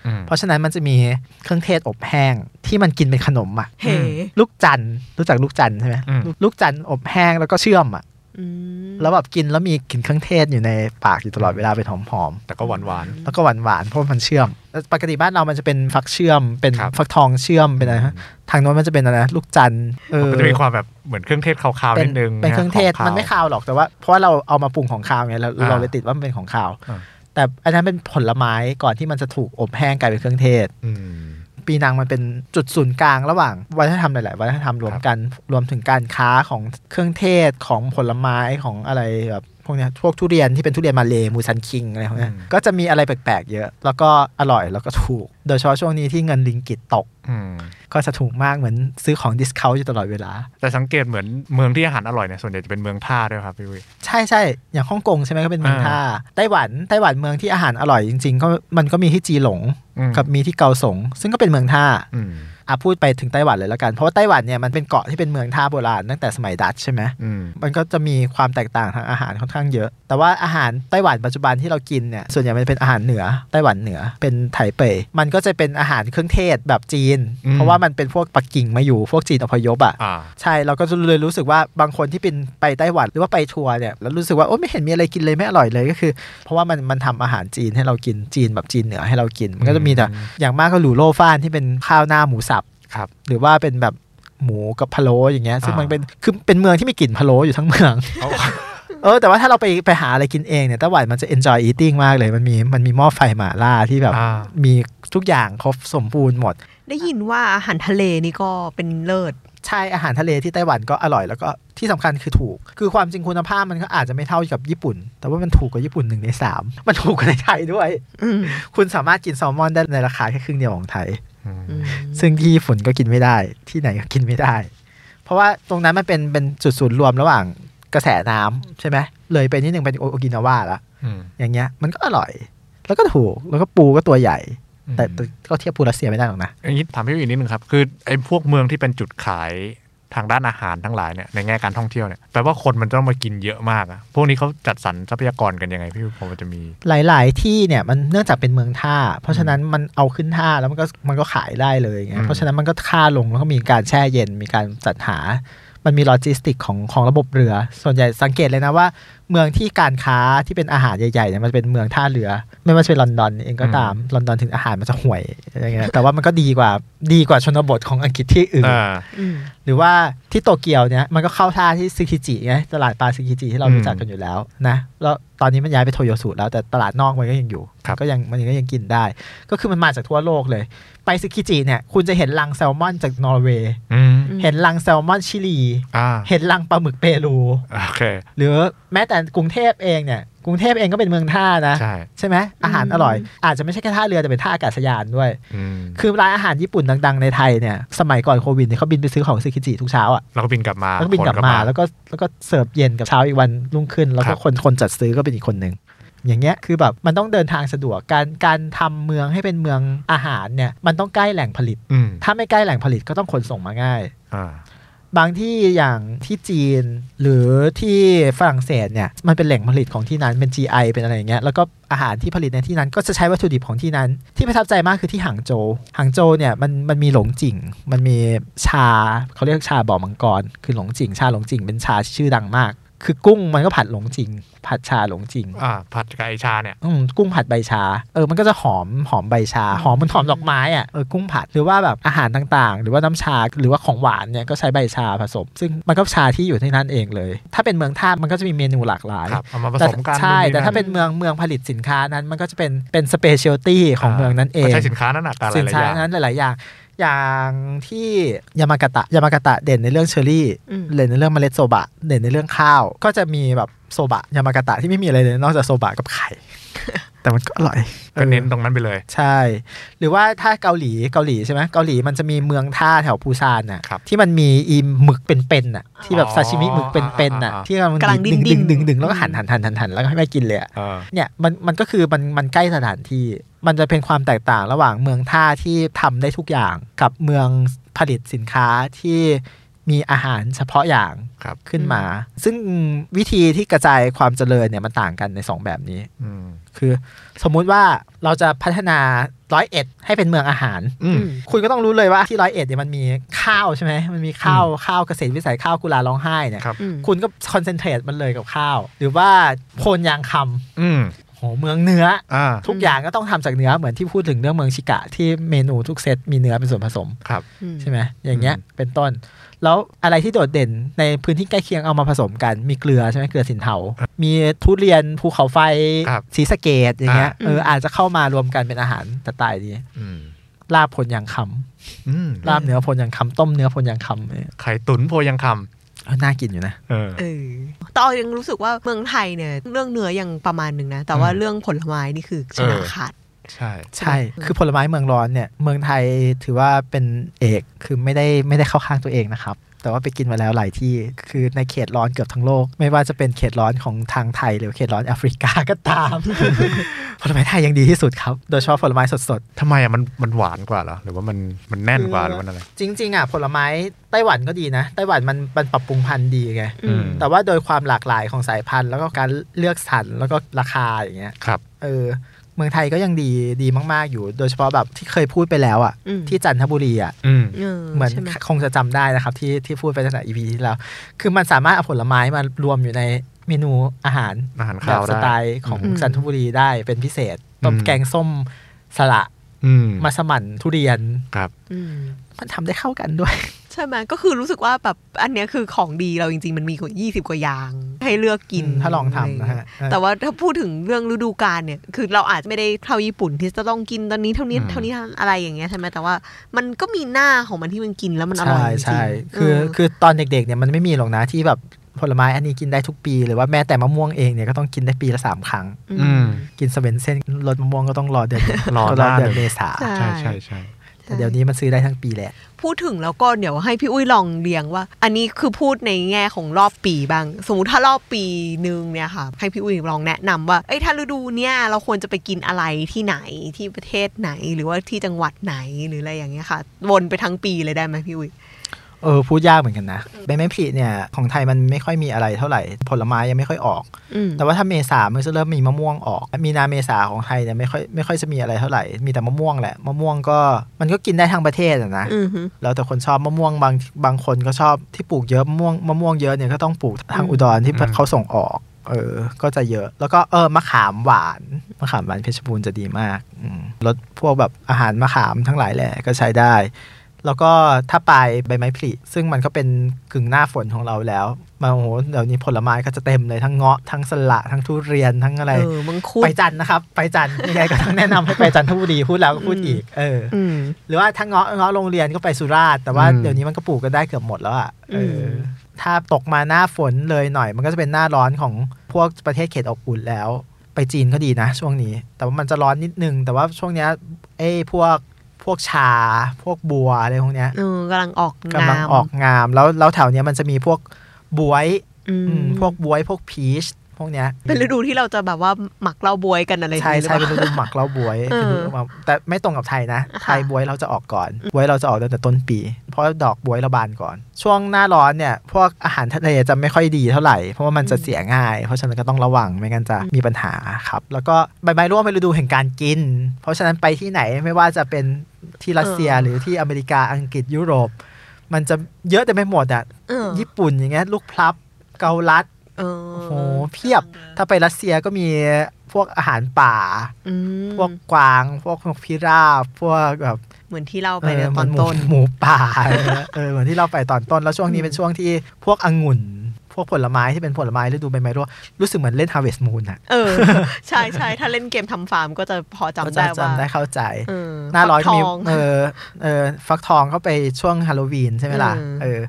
Speaker 3: อืม
Speaker 2: เพราะฉะนั้นมันจะมีเครื่องเทศอบแห้งที่มันกินเป็นขนมอ่ะ
Speaker 4: เฮ้
Speaker 2: ลูกจันทร์รู้จักลูกจันทร์ใช่ไหม
Speaker 3: อืม
Speaker 2: ลูกลูกจันทร์อบแห้งแล้วก็เชื่อมอ่ะ
Speaker 4: อืม
Speaker 2: แล้วแบบกินแล้วมีกลิ่นเครื่องเทศอยู่ในปากอยู่ตลอดเวลาเป็นหอม
Speaker 3: แต่ก็หวานหวาน
Speaker 2: ๆแล้วก็หวานหวานๆเพราะมันเชื่อมแล้วปกติบ้านเรามันจะเป็นฟักเชื่อม เป็น
Speaker 3: ครับ
Speaker 2: ฟักทองเชื่อมเป็นอะไรฮะทางโน้นมันจะเป็นอะไรนะลูกจันทร์เออ
Speaker 3: มันจะมีความแบบเหมือนเครื่องเทศคาวๆ
Speaker 2: เป็
Speaker 3: นิ
Speaker 2: น
Speaker 3: ดนึง
Speaker 2: เป็นเครื่องเทศ
Speaker 3: ขาว
Speaker 2: มันไม่คาวหรอกแต่ว่าเพราะว่าเราเอามาปรุงของคาวไงเราเราเลยติดว่ามันเป็นของคาว
Speaker 3: อ่า
Speaker 2: แต่อันนั้นเป็นผลไม้ก่อนที่มันจะถูกอบแห้งกลายเป็นเครื่องเทศ
Speaker 3: อืม
Speaker 2: ปีนังมันเป็นจุดศูนย์กลางระหว่างวัฒนธรรมหลาย ๆ วัฒนธรรมรวมกันรวมถึงการค้าของเครื่องเทศของผลไม้ของอะไรแบบพวกเนี้ยพวกทุเรียนที่เป็นทุเรียนมาเลมูซันคิงอะไรพวกเนี้ย
Speaker 3: อืม
Speaker 2: ก็จะมีอะไรแปลก ๆ เยอะ แล้วก็อร่อยแล้วก็ถูก โดยเฉพาะช่วงนี้ที่เงินลิงกิตตก
Speaker 3: อืม
Speaker 2: ก็จะถูกมากเหมือนซื้อของดิสคาวอยู่ตลอดเวลา
Speaker 3: แต่สังเกตเหมือนเมืองที่อาหารอร่อยเนี่ยส่วนใหญ่จะเป็นเมืองท่าด้วยครับพี่วิ
Speaker 2: ใช่ใช่อย่างฮ่องกงใช่ไหมก็เป็นเมือง
Speaker 3: อ่า
Speaker 2: ท่าไต้หวันไต้หวันเมืองที่อาหารอร่อยจริง ๆ ก็มันก็มีที่จีหลง
Speaker 3: อืม
Speaker 2: กับมีที่เกาสงซึ่งก็เป็นเมืองท่า
Speaker 3: อืม
Speaker 2: อ่ะพูดไปถึงไต้หวันเลยแล้วกัน เพราะว่าไต้หวันเนี่ยมันเป็นเกาะที่เป็นเมืองท่าโบราณตั้งแต่สมัยดัตช์ใช่ไหม
Speaker 3: อืม
Speaker 2: มันก็จะมีความแตกต่างทางอาหารค่อนข้างเยอะ แต่ว่าอาหารไต้หวันปัจจุบันที่เรากินเนี่ยส่วนใหญ่มันเป็นอาหารเหนือไต้หวันเหนือเป็นไถเปยมันก็จะเป็นอาหารเครื่องเทศแบบจีน เพราะว่ามันเป็นพวกปักกิ่งมาอยู่พวกจีนอพยพอ่ะ
Speaker 3: อ่า
Speaker 2: ใช่เราก็จะเลยรู้สึกว่าบางคนที่เป็นไปไต้หวันหรือว่าไปทัวร์เนี่ยแล้วรู้สึกว่าโอ้ไม่เห็นมีอะไรกินเลยไม่อร่อยเลยก็คือ เพราะว่ามันมันทำอาหารจีนให้เรากินจีนแบบจีนเหนือให้เรากิน มันก็จะมีแต่
Speaker 3: อืม
Speaker 2: อย่างมากก็หลูโล่ฟ้านที่เป็นข้าวหน้าหมูสับ
Speaker 3: ครับ
Speaker 2: หรือว่าเป็นแบบหมูกับพะโล้อย่างเงี้ยซึ่ง
Speaker 3: อ่ามั
Speaker 2: มันเป็นคือเป็นเมืองที่มีกลิ่นพะโล้อยู่ทั้งเมือง
Speaker 3: เอา
Speaker 2: เออแต่ว่าถ้าเราไปไปหาอะไรกินเองเนี่ยไต้หวันมันจะ enjoy eating มากเลยมันมีมันมีหม้อไฟหม่าล่าที่แบบ
Speaker 3: อ่า
Speaker 2: มีทุกอย่างครบสมบูรณ์หมด
Speaker 4: ได้ยินว่าอาหารทะเลนี่ก็เป็นเลิศ
Speaker 2: ใช่อาหารทะเลที่ไต้หวันก็อร่อยแล้วก็ที่สำคัญคือถูก คือความจริงคุณภาพมันก็อาจจะไม่เท่ากับญี่ปุ่น แต่ว่ามันถูกกว่าญี่ปุ่นหนึ่งในสาม มันถูกกว่าในไทยด้วย
Speaker 4: อืม
Speaker 2: คุณสามารถกินแซลมอนได้ในราคาแค่ครึ่งเดียวของไทย
Speaker 3: อืม
Speaker 4: อืม
Speaker 2: ซึ่งที่ญี่ปุ่นก็กินไม่ได้ที่ไหนก็กินไม่ได้ เพราะว่าตรงนั้นมันเป็นเป็นจุดศูนย์รวมระหว่างกระแสน้ำใช่ไหมเลยไปนิดนึงเป็นโอโอกินาวาละ
Speaker 3: อืม
Speaker 2: อย่างเงี้ยมันก็อร่อย แล้วก็ถูกแล้วก็ปูก็ตัวใหญ่ แต่แต่ก็เทียบปูรัสเซียไม่ได้หรอกนะ
Speaker 3: อันนี้ถามพี่วินนิดนึงครับคือไอ้พวกเมืองที่เป็นจุดขายทางด้านอาหารทั้งหลายเนี่ยในแง่การท่องเที่ยวเนี่ยแปลว่าคนมันต้องมากินเยอะมากอะพวกนี้เขาจัดสรรทรัพยากรกันยังไงพี่ผมว่าจะมี
Speaker 2: หลาย ๆ ที่เนี่ยมันเนื่องจากเป็นเมืองท่า เพราะฉะนั้นมันเอาขึ้นท่าแล้วมันก็มันก็ขายได้เลยไง
Speaker 3: อืม
Speaker 2: เพราะฉะนั้นมันก็ค่าลงแล้วก็มีการแช่เย็นมีการจัดหา มันมีโลจิสติกของของระบบเรือ ส่วนใหญ่สังเกตเลยนะว่า เมืองที่การค้าที่เป็นอาหารใหญ่ ๆ เนี่ยมันเป็นเมืองท่าเรือ ไม่ว่าจะเป็นลอนดอนเองก็ตามลอนดอนถึงอาหารมันจะห่วยอะไรเงี้ยแต่ว่ามันก็ดีกว่าดีกว่าชนบทของอังกฤษที่อื่น
Speaker 3: อ่า
Speaker 4: อืม
Speaker 2: หรือว่าที่โตเกียวเนี่ยมันก็เข้าท่าที่ซึคิจิไงตลาดปลาซึคิจิที่เรา
Speaker 3: อืม
Speaker 2: รู้จักกันอยู่แล้วนะแล้วตอนนี้มันย้ายไปโทโยสุแล้วแต่ตลาดนอกมันก็ยังอยู่
Speaker 3: ครับ
Speaker 2: ก็ยังมันก็ยังกินได้ ก็คือมันมาจากทั่วโลกเลย ไปซึคิจิเนี่ยคุณจะเห็นลังแซลมอนจากนอร์เวย์
Speaker 3: อืม
Speaker 2: เห็นลังแซลมอนชิลี
Speaker 3: อ่า
Speaker 2: เห็นลังปลาหมึกเปรู
Speaker 3: โอเค
Speaker 2: หรือแม้แต่กรุงเทพเองเนี่ยกรุงเทพเองก็เป็นเมืองท่านะ
Speaker 3: ใช่
Speaker 2: ใช่ไหมอาหารอร่อย อาจจะไม่ใช่แค่ท่าเรือแต่เป็นท่าอากาศยานด้วย
Speaker 3: อืม
Speaker 2: คือร้านอาหารญี่ปุ่นดังๆในไทยเนี่ยสมัยก่อนโควิดเนี่ยเขาบินไปซื้อของซึคิจิทุกเช้าอะ
Speaker 3: เราก็บินกลับมา
Speaker 2: แล้วก็บินกลับ
Speaker 3: ข
Speaker 2: มาแล้วก็แล้วก็เสิร์ฟเย็นกับเช้าอีกวันรุ่งขึ้น แล้ว
Speaker 3: ครั
Speaker 2: ก็
Speaker 3: บ
Speaker 2: คนคนจัดซื้อก็เป็นอีกคนหนึ่งอย่างเงี้ยคือแบบมันต้องเดินทางสะดวกการการทำเมืองให้เป็นเมืองอาหารเนี่ยมันต้องใกล้แหล่งผลิต
Speaker 3: อืม
Speaker 2: ถ้าไม่ใกล้แหล่งผลิตก็ต้องขนส่งมาง่าย
Speaker 3: อ่า
Speaker 2: บางที่อย่างที่จีนหรือที่ฝรั่งเศสเนี่ยมันเป็นแหล่งผลิตของที่นั้นเป็น GI เป็นอะไรอย่างเงี้ยแล้วก็อาหารที่ผลิตในที่นั้นก็จะใช้วัตถุดิบของที่นั้น ที่ประทับใจมากคือที่หางโจวหางโจวเนี่ยมันมันมีหลงจิ่ง มันมีชาเขาเรียกชาบ่อมังกร คือหลงจิ่ง ชาหลงจิ่งเป็นชาที่ชื่อดังมาก คือกุ้งมันก็ผัดหลงจิ่งผัดชาหลงจิ่ง
Speaker 3: อ่าผัดกับไอชาเนี่ย
Speaker 2: อืมกุ้งผัดใบชาเออมันก็จะหอมหอมใบชา หอมเหมันหอมดอกไม้อ่ะเออกุ้งผัดหรือว่าแบบอาหารต่างๆ หรือว่าน้ำชาหรือว่าของหวานเนี่ยก็ใช้ใบชาผสม ซึ่งมันก็ชาที่อยู่ที่นั่นเองเลย ถ้าเป็นเมืองท่ามันก็จะมีเมนูหลากหลาย
Speaker 3: ครับเอามาผ
Speaker 2: แต่
Speaker 3: สมกัน
Speaker 2: ใช่
Speaker 3: นู่น
Speaker 2: แต่ถ้าเป็นเมืองเมืองผลิตสินค้านั้นมันก็จะเป็นเป็นสเปเชียลตี้ของเมืองนั้นเอง
Speaker 3: ก็ใช้สินค้านั้นอะการห
Speaker 2: สิน
Speaker 3: ลายๆอ
Speaker 2: ค้า
Speaker 3: ย่าง
Speaker 2: นั้นหลาย ๆ อย่าง อย่างที่ยามากาตะยามากาตะเด่นในเรื่องเชอรี่
Speaker 4: อืม
Speaker 2: เด่นในเรื่องเมล็ดโซบะ เด่นในเรื่องข้าว ก็จะมีแบบโซบะยามากาตะที่ไม่มีอะไรเลยนอกจากโซบะกับไข่ แต่มันก็อร่อย
Speaker 3: ก็เน้น
Speaker 2: ออ
Speaker 3: ตรงนั้นไปเลย
Speaker 2: ใช่ หรือว่าถ้าเกาหลีเกาหลีใช่ไหมเกาหลีมันจะมีเมืองท่าแถวปูซานน่ะ
Speaker 3: ครับ
Speaker 2: ที่มันมีอีหมึกเป็นๆน่ะที่แบบซาชิมิหมึกเป็นๆน่ะ
Speaker 3: อ่าๆๆ
Speaker 2: ที่มัน
Speaker 4: กำลังดิ้
Speaker 2: ดึ
Speaker 4: น
Speaker 2: ง
Speaker 4: ๆ
Speaker 2: ดึงดึงดึงๆๆๆแล้วก็
Speaker 4: อืม
Speaker 2: หันหันหันหันหันแล้วก็ให้แม่กินเลยอะ
Speaker 3: เออ
Speaker 2: เนี่ยมันมันก็คือมันมันใกล้สถานที่ มันจะเป็นความแตกต่างระหว่างเมืองท่าที่ทำได้ทุกอย่างกับเมืองผลิตสินค้าที่มีอาหารเฉพาะอย่าง
Speaker 3: ครับ
Speaker 2: ขึ้นมา ซึ่งวิธีที่กระจายความเจริญเนี่ยมันต่างกันในสองแบบนี้
Speaker 3: อืม
Speaker 2: คือสมมุติว่าเราจะพัฒนาร้อยเอ็ดให้เป็นเมืองอาหาร
Speaker 3: อื
Speaker 4: อื
Speaker 3: ม
Speaker 4: ม
Speaker 2: คุณก็ต้องรู้เลยว่าที่ร้อยเอ็ดเนี่ยมันมีข้าวใช่ไหมมันมีข้าวข้าวเกษตรวิสัยข้าวกุลาร้องไห้เนี่ย
Speaker 3: ครับ
Speaker 4: อืม
Speaker 2: คุณก็คอนเซนเทรตมันเลยกับข้าว หรือว่าโพนยางคำ
Speaker 3: อืม
Speaker 2: โหเมืองเนื้อ
Speaker 3: อ่า
Speaker 2: ทุกอย่างก็ต้องทำจากเนื้อเหมือนที่พูดถึงเรื่องเมืองชิกะที่เมนูทุกเซตมีเนื้อเป็นส่วนผสม
Speaker 3: ครับ
Speaker 2: ใช่ไหมอย่างเงี้ยเป็นต้น แล้วอะไรที่โดดเด่นในพื้นที่ใกล้เคียงเอามาผสมกัน มีเกลือใช่ไหมเกลือสินเทา มีทุเรียนภูเขาไฟ
Speaker 3: ครับ
Speaker 2: สีสะเกตอย่างเงี้ย
Speaker 4: อ่า
Speaker 2: เอออาจจะเข้ามารวมกันเป็นอาหารสไตล์นี้
Speaker 3: อืม
Speaker 2: ลาบพลยางคำ
Speaker 3: อืม
Speaker 2: ลาบเนื้อพลยางคำต้มเนื้อพลยางคำเนี่ย
Speaker 3: ไข่ตุ๋นโพยังค
Speaker 2: เออน่ากินอยู่นะ
Speaker 3: ำเออ
Speaker 4: เออแต่ออยยังรู้สึกว่าเมืองไทยเนี่ย เรื่องเนื้อยังประมาณหนึ่งนะ แต่ว่า
Speaker 3: อืม
Speaker 4: เรื่องผลไม้นี่คือชนะ
Speaker 3: เออ
Speaker 4: ขาด
Speaker 3: ใช่
Speaker 2: ใช่ คือผลไม้เมืองร้อนเนี่ยเมืองไทยถือว่าเป็นเอกคือไม่ได้ไม่ได้เข้าข้างตัวเองนะครับ แต่ว่าไปกินมาแล้วหลายที่คือในเขตร้อนเกือบทั้งโลก ไม่ว่าจะเป็นเขตร้อนของทางไทยหรือเขตร้อนแอฟริกา ก็ตาม ผลไม้ไทยยังดีที่สุดครับ โดยเฉพาะผลไม้สด
Speaker 3: ทำไมอ่ะมันมันหวานกว่าเหรอหรือว่ามันมันแน่นกว่าหรือมันอะไร
Speaker 2: ๆ จริง ๆอ่ะผลไม้ไต้หวันก็ดีนะ ไต้หวันมันมันปรับปรุงพันธุ์ดีไง
Speaker 4: อืม
Speaker 2: แต่ว่าโดยความหลากหลายของสายพันธุ์ แล้วก็การเลือกสรรแล้วก็ราคาอย่างเงี้ย
Speaker 3: ครับ
Speaker 2: เออเมืองไทยก็ยังดีดีมากๆอยู่ โดยเฉพาะแบบที่เคยพูดไปแล้วอ่ะ
Speaker 4: อืม
Speaker 2: ที่จันทบุรีอ่ะ
Speaker 3: อืม
Speaker 2: เหมือน
Speaker 4: ใช่ไหม
Speaker 2: คงจะจำได้นะครับ ที่ที่พูดไปตั้งแต่ EP ที่แล้ว คือมันสามารถเอาผลไม้มารวมอยู่ในเมนูอาหาร
Speaker 3: อาหาร
Speaker 2: แบ
Speaker 3: ข้า
Speaker 2: บ
Speaker 3: ว
Speaker 2: ส
Speaker 3: ได้
Speaker 2: ไตล์ของ
Speaker 4: อืม
Speaker 2: จันทบุรีได้เป็นพิเศษต้ม
Speaker 3: อืม
Speaker 2: แกงส้มสละ
Speaker 3: อืม
Speaker 2: มัสมั่นทุเรียน
Speaker 3: ครับ
Speaker 4: อืม
Speaker 2: มันทำได้เข้ากันด้วย
Speaker 4: ใช่ไหมก็คือรู้สึกว่าแบบอันเนี้ยคือของดีเราจริง ๆ มันมีกว่า 20 กว่าอย่าง ให้เลือกกิน
Speaker 2: ถ้าลองทำนะฮะ
Speaker 4: แต่ว่าถ้าพูดถึงเรื่องฤดูกาลเนี่ย คือเราอาจจะไม่ได้เท่าญี่ปุ่นที่จะต้องกินตอนนี้เท่านี้
Speaker 3: อืม
Speaker 4: เท่านี้อะไรอย่างเงี้ยใช่ไหมแต่ว่ามันก็มีหน้าของมันที่มันกินแล้วมันอร่อย
Speaker 2: ใช่
Speaker 4: จริงๆ
Speaker 2: ใช่คือ
Speaker 4: เ
Speaker 2: คือตอนเด็กๆเนี่ยมันไม่มีหรอกนะที่แบบผลไม้อันนี้กินได้ทุกปีหรือว่าแม้แต่มะม่วงเองเนี่ยก็ต้องกินได้ปีละสามครั้ง
Speaker 3: อืม
Speaker 2: กินสเวนเซนรสมะม่วงก็ต้องรอเดือน
Speaker 3: รอห
Speaker 2: รอ
Speaker 3: น้า
Speaker 2: เดื
Speaker 3: ห
Speaker 2: อน
Speaker 3: นึ่ง
Speaker 2: เมษา
Speaker 4: ใช่
Speaker 3: ใช่ใช่ใช่
Speaker 2: แต่เดี๋ยวนี้มันซื้อได้ทั้งปีแหละ
Speaker 4: พูดถึงแล้วก็เดี๋ยวให้พี่อุ้ยลองเรียงว่า อันนี้คือพูดในแง่ของรอบปีบ้าง สมมติถ้ารอบปีหนึ่งเนี่ยค่ะ ให้พี่อุ้ยลองแนะนำว่าเอ้ยถ้าฤดูเนี่ยเราควรจะไปกินอะไรที่ไหนที่ประเทศไหนหรือว่าที่จังหวัดไหนหรืออะไรอย่างเงี้ยค่ะ วนไปทั้งปีเลยได้ไหมพี่อุ้ย
Speaker 2: เออพูดยากเหมือนกันนะใบไม้ผลิเนี่ยของไทยมันไม่ค่อยมีอะไรเท่าไหร่ ผลไม้ยังไม่ค่อยออก
Speaker 4: อืม
Speaker 2: แต่ว่าถ้าเมษามันจะเริ่มมีมะม่วงออก มีนาเมษาของไทยเนี่ยไม่ค่อยไม่ค่อยจะมีอะไรเท่าไหร่ มีแต่มะม่วงแหละมะม่วงก็มันก็กินได้ทั้งประเทศอะนะ
Speaker 4: อือหือ
Speaker 2: แล้วแต่คนชอบมะม่วงบางบางคนก็ชอบที่ปลูกเยอะมะม่วงมะม่วงเยอะเนี่ยก็ต้องปลูกทาง
Speaker 4: อืม
Speaker 2: อุดรที่
Speaker 3: อืม
Speaker 2: เขาส่งออกเออก็จะเยอะ แล้วก็เออมะขามหวานมะขามหวานเพชรบูรณ์จะดีมากอืมรสพวกแบบอาหารมะขามทั้งหลายแหละก็ใช้ได้ แล้วก็ถ้าไปลายใบไม้ผลิซึ่งมันก็เป็นกึ่งหน้าฝนของเราแล้วมาโอ้โหเดี๋ยวนี้ผลไม้ก็จะเต็มเลยทั้งเงาะทั้งสละทั้งทุเรียนทั้งอะไร
Speaker 4: เออมังคุด
Speaker 2: ไปจันทร์นะครับ ไปจันทร์ยังไงก็ต้องแนะนำให้ไปจันทบุรีพูดแล้วก็พูดอีกเออ
Speaker 4: อืม
Speaker 2: หรือว่าถ้าเงาะเงาะโรงเรียนก็ไปสุราษฎร์แต่ว่า
Speaker 3: อืม
Speaker 2: เดี๋ยวนี้มันก็ปลูกกันได้เกือบหมดแล้วอ่ะเอออ
Speaker 4: ม
Speaker 2: ถ้าตกมาหน้าฝนเลยหน่อย มันก็จะเป็นหน้าร้อนของพวกประเทศเขตอบอุ่นแล้ว ไปจีนก็ดีนะ ช่วงนี้ แต่ว่ามันจะร้อนนิดนึง แต่ว่าช่วงเนี้ยเอ้ยพวกพวกชา พวกบัวอะไรพวกเนี้ย
Speaker 4: เออกำลังออก
Speaker 2: กำลัง
Speaker 4: น้ำ
Speaker 2: ออกงามแล้วแล้วแถวเนี้ยมันจะมีพวกบวย
Speaker 4: อืม
Speaker 2: อืมพวกบวยพวกพีชพวกเนี้ย
Speaker 4: เป็นฤดูที่เราจะแบบว่าหมักเหล้าบวยกันอะไรอย่าง
Speaker 2: ใช่
Speaker 4: งี้หรือ
Speaker 2: ใช่
Speaker 4: เปล่า
Speaker 2: เป็นฤดูหมักเล้าบวย
Speaker 4: เออ
Speaker 2: เป็นฤดูหมักแต่ไม่ตรงกับไทยนะ
Speaker 4: อ่าฮะ
Speaker 2: ไทยบวยเราจะออกก่อนบวยเราจะออกตั้งแต่ต้นปี เพราะดอกบวยเราบานก่อน ช่วงหน้าร้อนเนี่ย พวกอาหารทะเลจะไม่ค่อยดีเท่าไหร่ เพราะว่ามันจะเสียง่าย เพราะฉะนั้นก็ต้องระวังไม่งั้นจะมีปัญหาครับ แล้วก็ใบไม้ร่วงเป็นฤดูแห่งการกิน เพราะฉะนั้นไปที่ไหนไม่ว่าจะเป็นที่รัสเซียหรือที่อเมริกาอังกฤษยุโรป มันจะเยอะแต่ไม่หมดอ่ะ
Speaker 4: เออ
Speaker 2: ญี่ปุ่นอย่างเงี้ยลูกพลับเกาลัด
Speaker 4: เออ
Speaker 2: โอ้โหเพียบ ถ้าไปรัสเซียก็มีพวกอาหารป่า
Speaker 4: อืม
Speaker 2: พวกกวางพวกนกพิราบพวกแบบ
Speaker 4: เหมือนที่เราไป
Speaker 2: เอ
Speaker 4: ใน
Speaker 2: อ
Speaker 4: ต
Speaker 2: มั
Speaker 4: อนน
Speaker 2: หมู
Speaker 4: ต้น
Speaker 2: หมูป่าอะไรเงี้ยเออเหมือนที่เราไปตอนต้นแล้วช่วงนี้เป็นช่วงที่พวกองุ่น พวกผลไม้ที่เป็นผลไม้ฤดูใบไม้ร่วงรู้สึกเหมือนเล่น Harvest Moon อะ
Speaker 4: เออ ใช่ใช่ถ้าเล่นเกมทำฟาร์มก็จะพอจำได้ว่า
Speaker 2: จำได้เข้าใจ
Speaker 4: เออ
Speaker 2: หน้าร้อน
Speaker 4: ฟัก
Speaker 2: มี
Speaker 4: ทอง
Speaker 2: เออเออฟักทองเข้าไปช่วงฮาโลวีนใช่ไหมล่ะ
Speaker 4: อืม
Speaker 2: เออ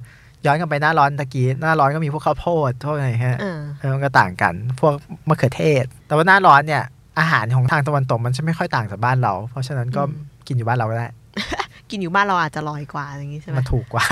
Speaker 2: ย้อนกลับไปหน้าร้อนตะกี้หน้าร้อนก็มีพวกข้าวโพดพวกอะไรฮะ
Speaker 4: เออ
Speaker 2: เออมันก็ต่างกัน พวกมะเขือเทศ แต่ว่าหน้าร้อนเนี่ย อาหารของทางตะวันตกมันจะไม่ค่อยต่างจากบ้านเรา เพราะฉะนั้นก็
Speaker 4: อืม
Speaker 2: กินอยู่บ้านเราก็ได้
Speaker 4: กินอยู่บ้านเราอาจจะลอยกว่าอย่างนี้ใช่ไหม
Speaker 2: มันถูกกว่า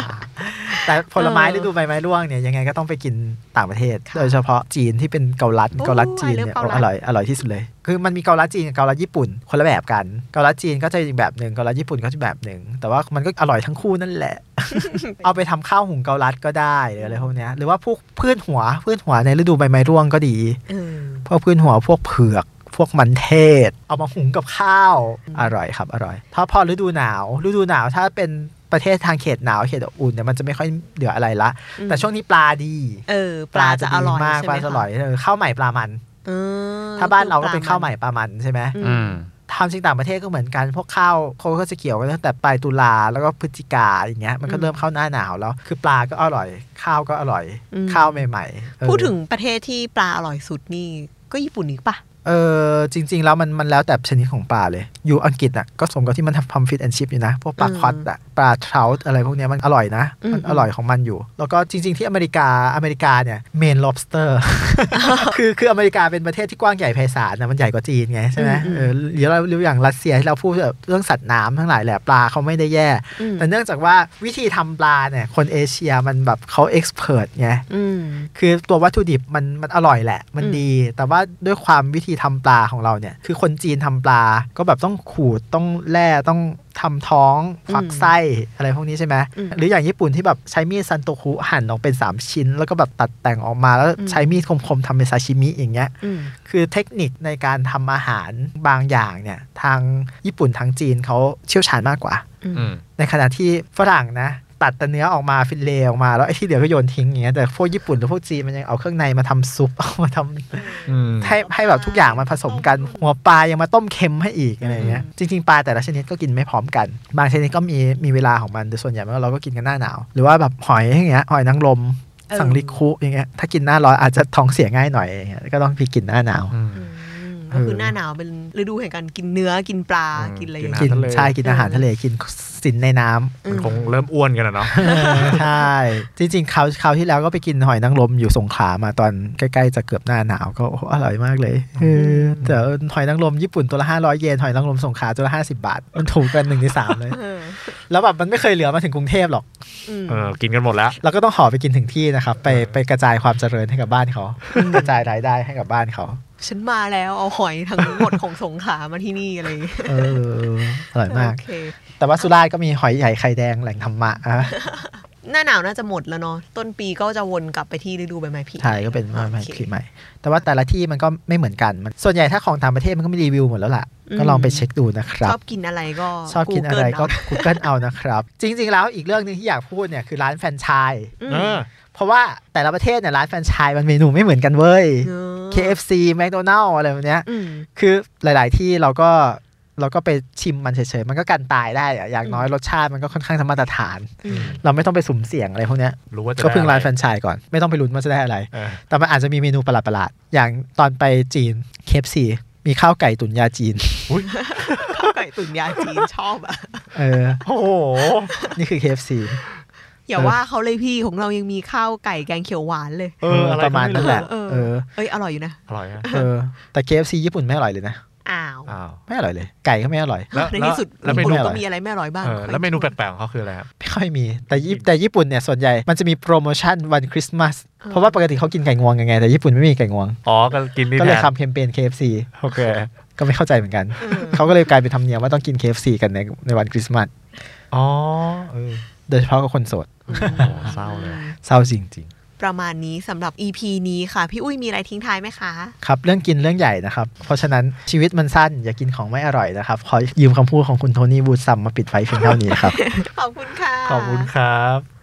Speaker 2: แต่ผลไม้
Speaker 4: เออ
Speaker 2: ฤดูใบไม้ร่วงเนี่ยยังไงก็ต้องไปกินต่างประเทศ
Speaker 4: ค่ะ
Speaker 2: โดยเฉพาะจีนที่เป็นเกาลัด
Speaker 4: โอ้ย
Speaker 2: เกาลัดจีน
Speaker 4: เรื่อ
Speaker 2: เนี่
Speaker 4: ง
Speaker 2: ย
Speaker 4: เกาลัด
Speaker 2: อร่อยอร่อยที่สุดเลย คือมันมีเกาลัดจีนกับเกาลัดญี่ปุ่นคนละแบบกัน เกาลัดจีนก็จะอีกแบบหนึ่งเกาลัดญี่ปุ่นก็จะแบบหนึ่งแต่ว่ามันก็อร่อยทั้งคู่นั่นแหละ เอาไปทำข้าวหุงเกาลัดก็ได้หรืออะไรพวกเนี้ยหรือว่าพวกพืชหัวพืชหัวในฤดูใบไม้ร่วงก็ดี
Speaker 4: เออ
Speaker 2: พวกพื้นหัวพวกเผือก พวกมันเทศ เอามาหุงกับข้าวอร่อยครับ อร่อย ถ้าพอฤดูหนาว ฤดูหนาวถ้าเป็นประเทศทางเขตหนาวเขตอบอุ่นเนี่ยมันจะไม่ค่อยเหลืออะไรละ แต่ช่วงนี้ปลาดี
Speaker 4: เออ ปลาจะอร่อย
Speaker 2: มาก
Speaker 4: ใช่ไหม
Speaker 2: ปลาจะอร่อย
Speaker 4: คะ
Speaker 2: เออข้าวใหม่ปลามัน
Speaker 4: เออ
Speaker 2: ถ้าบ้านเรา
Speaker 4: ป
Speaker 2: ก็
Speaker 4: ล
Speaker 2: เป็นข้าวใหม่ปลามันใช่ไหม
Speaker 4: อื
Speaker 3: อื
Speaker 4: ม
Speaker 3: ม
Speaker 2: ทำจริงต่างประเทศก็เหมือนกันพวกข้าวเขาก็จะเกี่ยวกันตั้งแต่ปลายตุลาแล้วก็พฤศจิกาอย่างเงี้ยมันก็เริ่มเข้าหน้าหนาวแล้ว คือปลาก็อร่อย ข้าวก็อร่อย ข้าวใหม่ๆเออ
Speaker 4: พูดถึงประเทศที่ปลาอร่อยสุดนี่ก็ญี่ปุ่นอีกปะ
Speaker 2: เออจริง ๆ แล้วมันมันแล้วแต่ชนิดของปลาเลย อยู่อังกฤษอ่ะก็สมกับที่มันทำพัมฟิตแอนชิพอยู่นะ พวกปลาคอตอ่ะปลาเทราอะไรพวกเนี้ยมันอร่อยนะ มันอร่อยของมันอยู่ แล้วก็จริง ๆ ที่อเมริกาอเมริกาเนี่ยเมน lobster คือคืออเมริกาเป็นประเทศที่กว้างใหญ่ไพศาลนะมันใหญ่กว่าจีนไงใช่ไหมเออหรือเราหรืออย่างรัสเซียที่เราพูดแบบเรื่องสัตว์น้ำทั้งหลายแหละปลาเขาไม่ได้แย่
Speaker 4: อืม
Speaker 2: แต่เนื่องจากว่าวิธีทำปลาเนี่ยคนเอเชียมันแบบเขาเอ็กซ์เพรสไง
Speaker 4: อืม
Speaker 2: คือตัววัตถุดิบมันมันอร่อยแหละ มัน
Speaker 4: อืม
Speaker 2: ดี แต่ว่าด้วยความวิธีทำปลาของเราเนี่ย คือคนจีนทำปลาก็แบบต้องขูดต้องแล่ต้องทำท้องควักไส้อะไรพวกนี้ใช่ไหมหรืออย่างญี่ปุ่นที่แบบใช้มีดซันโตคุหั่นออกเป็น 3 ชิ้น แล้วก็แบบตัดแต่งออกมาแล้วใช้มีดคมๆทำเป็นซาชิมิอย่างเงี้ย
Speaker 4: อืม
Speaker 2: คือเทคนิคในการทำอาหารบางอย่างเนี่ยทางญี่ปุ่นทางจีนเขาเชี่ยวชาญมากกว่า
Speaker 4: อืม
Speaker 3: อืม
Speaker 2: ในขณะที่ฝรั่งนะ ตัดแต่เนื้อออกมาฟิลเลต์ออกมาแล้วไอ้ที่เหลือก็โยนทิ้งอย่างเงี้ยแต่พวกญี่ปุ่นหรือพวกจีนมันยังเอาเครื่องในมาทำซุป เอามาทำ
Speaker 3: อืม
Speaker 2: ให้ให้แบบทุกอย่างมันผสมกัน หัวปลายังมาต้มเค็มให้อีกอะไรอย่างเงี้ยจริงๆปลาแต่ละชนิดก็กินไม่พร้อมกัน บางชนิดก็มีมีเวลาของมันแต่ส่วนใหญ่มันเราก็กินกันหน้าหนาว หรือว่าแบบหอยอย่างเงี้ยหอยนางรม
Speaker 1: เออ
Speaker 2: สังลิคุอย่างเงี้ยถ้ากินหน้าร้อนอาจจะท้องเสียง่ายหน่อยอย่างเงี้ยก็ต้องไปกินหน้าหนาว
Speaker 3: อืม
Speaker 4: อืมก็คือหน้าหนาวเป็นฤดูแห่งการกินเนื้อกินปลา
Speaker 3: อืม
Speaker 4: กินอะไร
Speaker 3: กิ
Speaker 4: อน ย่าง
Speaker 3: อาหาร
Speaker 4: เงี้ย
Speaker 2: กิน
Speaker 3: ทะเล
Speaker 2: ใช่กินอาหารทะเลกินสินในน้ำ
Speaker 3: มันคงเริ่มอ้วนกันแล้วเนาะ
Speaker 2: เออใช่ จริงๆคราวคราวที่แล้วก็ไปกินหอยนางรมอยู่สงขลามาตอนใกล้ๆจะเกือบหน้าหนาวก็โอ้โหอร่อยมากเลยเออแต่หอยนางรมญี่ปุ่นตัวละห้าร้อยเยนหอยนางรมสงขลาตัวละห้าสิบาท มันถูกกันหนึ่งในสามเลย
Speaker 4: เออ
Speaker 2: แล้วแบบมันไม่เคยเหลือมาถึงกรุงเทพหรอก
Speaker 4: อืม
Speaker 3: เออ กินกันหมดแล้ว
Speaker 2: เราก็ต้องห่อไปกินถึงที่นะครับ ไปไปกระจายความเจริญให้กับบ้านเขา กระจายรายได้ให้กับบ้านเขา
Speaker 4: ฉันมาแล้วเอาหอยทั้งหมดของสงขลามาที่นี่อะไรอย่างเงี้ย
Speaker 2: เอออร่อยมาก
Speaker 4: โอเค
Speaker 2: แต่ว่าสุราษฎร์ก็มีหอยใหญ่ไข่แดงแหล่งธรรมะอ่ะ
Speaker 4: หน้าหนาวน่าจะหมดแล้วเนาะต้นปีก็จะวนกลับไปที่ฤดูใบไม้ผลิ
Speaker 2: ไทยก็เป็นใหม่
Speaker 4: โอเค
Speaker 2: ผีใหม่ แต่ว่าแต่ละที่มันก็ไม่เหมือนกันมันส่วนใหญ่ถ้าของต่างประเทศมันก็มีรีวิวหมดแล้วล่ะ
Speaker 4: อืม
Speaker 2: ก็ลองไปเช็คดูนะครั
Speaker 4: ช
Speaker 2: บ
Speaker 4: อบกินอะไรก็
Speaker 2: ชอบกินอะไร
Speaker 4: Google
Speaker 2: ก็
Speaker 4: เา
Speaker 2: Google เอานะครับ จริง ๆ แล้วอีกเรื่องหนึงที่อยากพูดเนี่ยคือร้านแฟรนไชส์
Speaker 4: อืม
Speaker 3: เออ
Speaker 2: เพราะว่าแต่ละประเทศเนี่ยร้านแฟรนไชส์มันเมนูไม่เหมือนกันเว้ย
Speaker 4: เนอะ
Speaker 2: KFC McDonald's อะไรแบบเนี้ย
Speaker 4: อืม
Speaker 2: คือหลาย ๆ ที่เราก็เราก็ไปชิมมันเฉย ๆ มันก็กันตายได้อะอย่างน้อยรสชาติมันก็ค่อนข้างธรรมมาตรฐาน
Speaker 4: อืม
Speaker 2: เราไม่ต้องไปสุ่มเสี่ยงอะไรพวกเนี้ย
Speaker 3: รู้ว่าจะ
Speaker 2: ก็พึ่งร้าน
Speaker 3: ได้อะ
Speaker 2: แฟร
Speaker 3: ไ
Speaker 2: นไชส์ก่อนไม่ต้องไปลุ้นว่าจะได้อะไร
Speaker 3: เออ
Speaker 2: แต่มันอาจจะมีเมนูประหลาดๆอย่างตอนไปจีน KFC มีข้าวไก่ตุ๋นยาจีน
Speaker 4: ข้าวไก่ตุ๋นยาจีนชอบอะ
Speaker 2: เออ
Speaker 3: โอ้โห
Speaker 2: นี่คือ KFC
Speaker 4: อย่าว่าเขาเลยพี่ของเรายังมีข้าวไก่แกงเขียวหวานเลย
Speaker 3: เอออะไร
Speaker 2: ประมาณนั้นแหละ
Speaker 4: เออ
Speaker 2: เออ
Speaker 4: เอ้ยอร่อยอยู่นะ
Speaker 3: อร่อยนะ
Speaker 2: เออ แต่ KFC ญี่ปุ่นไม่อร่อยเลยนะ
Speaker 4: อ้าว
Speaker 3: อ้าว
Speaker 2: ไม่อร่อยเลย ไก่ก็ไม่อร่อย
Speaker 3: แล้ว
Speaker 4: ในที่สุด
Speaker 3: แล้วเม
Speaker 4: คน
Speaker 3: นู
Speaker 4: ก็มีอะไรไม่อร่อยบ้าง
Speaker 3: เออแล้วเมนูแปลกๆของเขาคืออะไรครับ
Speaker 2: ไม่ค่อยมี แต่ญี่แต่ญี่ปุ่นเนี่ย ส่วนใหญ่ มันจะมีโปรโมชั่นวันคริสต์มาส เพราะว่าปกติเขากินไก่งวงกันไง แต่ญี่ปุ่นไม่มีไก่งวง
Speaker 3: อ๋อ ก็กินนี่
Speaker 2: ก็
Speaker 3: แท
Speaker 2: เลย
Speaker 3: น
Speaker 2: ทำแคมเปญ KFC
Speaker 3: โอเค
Speaker 2: ก็ไม่เข้าใจเหมือนกัน
Speaker 4: เออ
Speaker 2: เขาก็เลยกลายเป็นธรรมเนียมว่าต้องกิน KFC กันในในวันคริสต์มาส
Speaker 3: อ๋อ เออ
Speaker 2: โดยเฉพาะกับคนโสด
Speaker 3: โอ้โหเศร้าเลย
Speaker 2: เศร้าจริง
Speaker 4: ประมาณนี้สำหรับ EP นี้ค่ะ พี่อุ้ยมีอะไรทิ้งท้ายไหมคะ
Speaker 2: ๆ ครับ เรื่องกินเรื่องใหญ่นะครับ เพราะฉะนั้นชีวิตมันสั้น อย่ากินของไม่อร่อยนะครับ ขอยืมคำพูดของคุณโทนี่บูซัมมาปิดไว้เพียงเท่านี้ครับ
Speaker 4: ขอบคุณค่ะ
Speaker 3: ขอบคุณครับ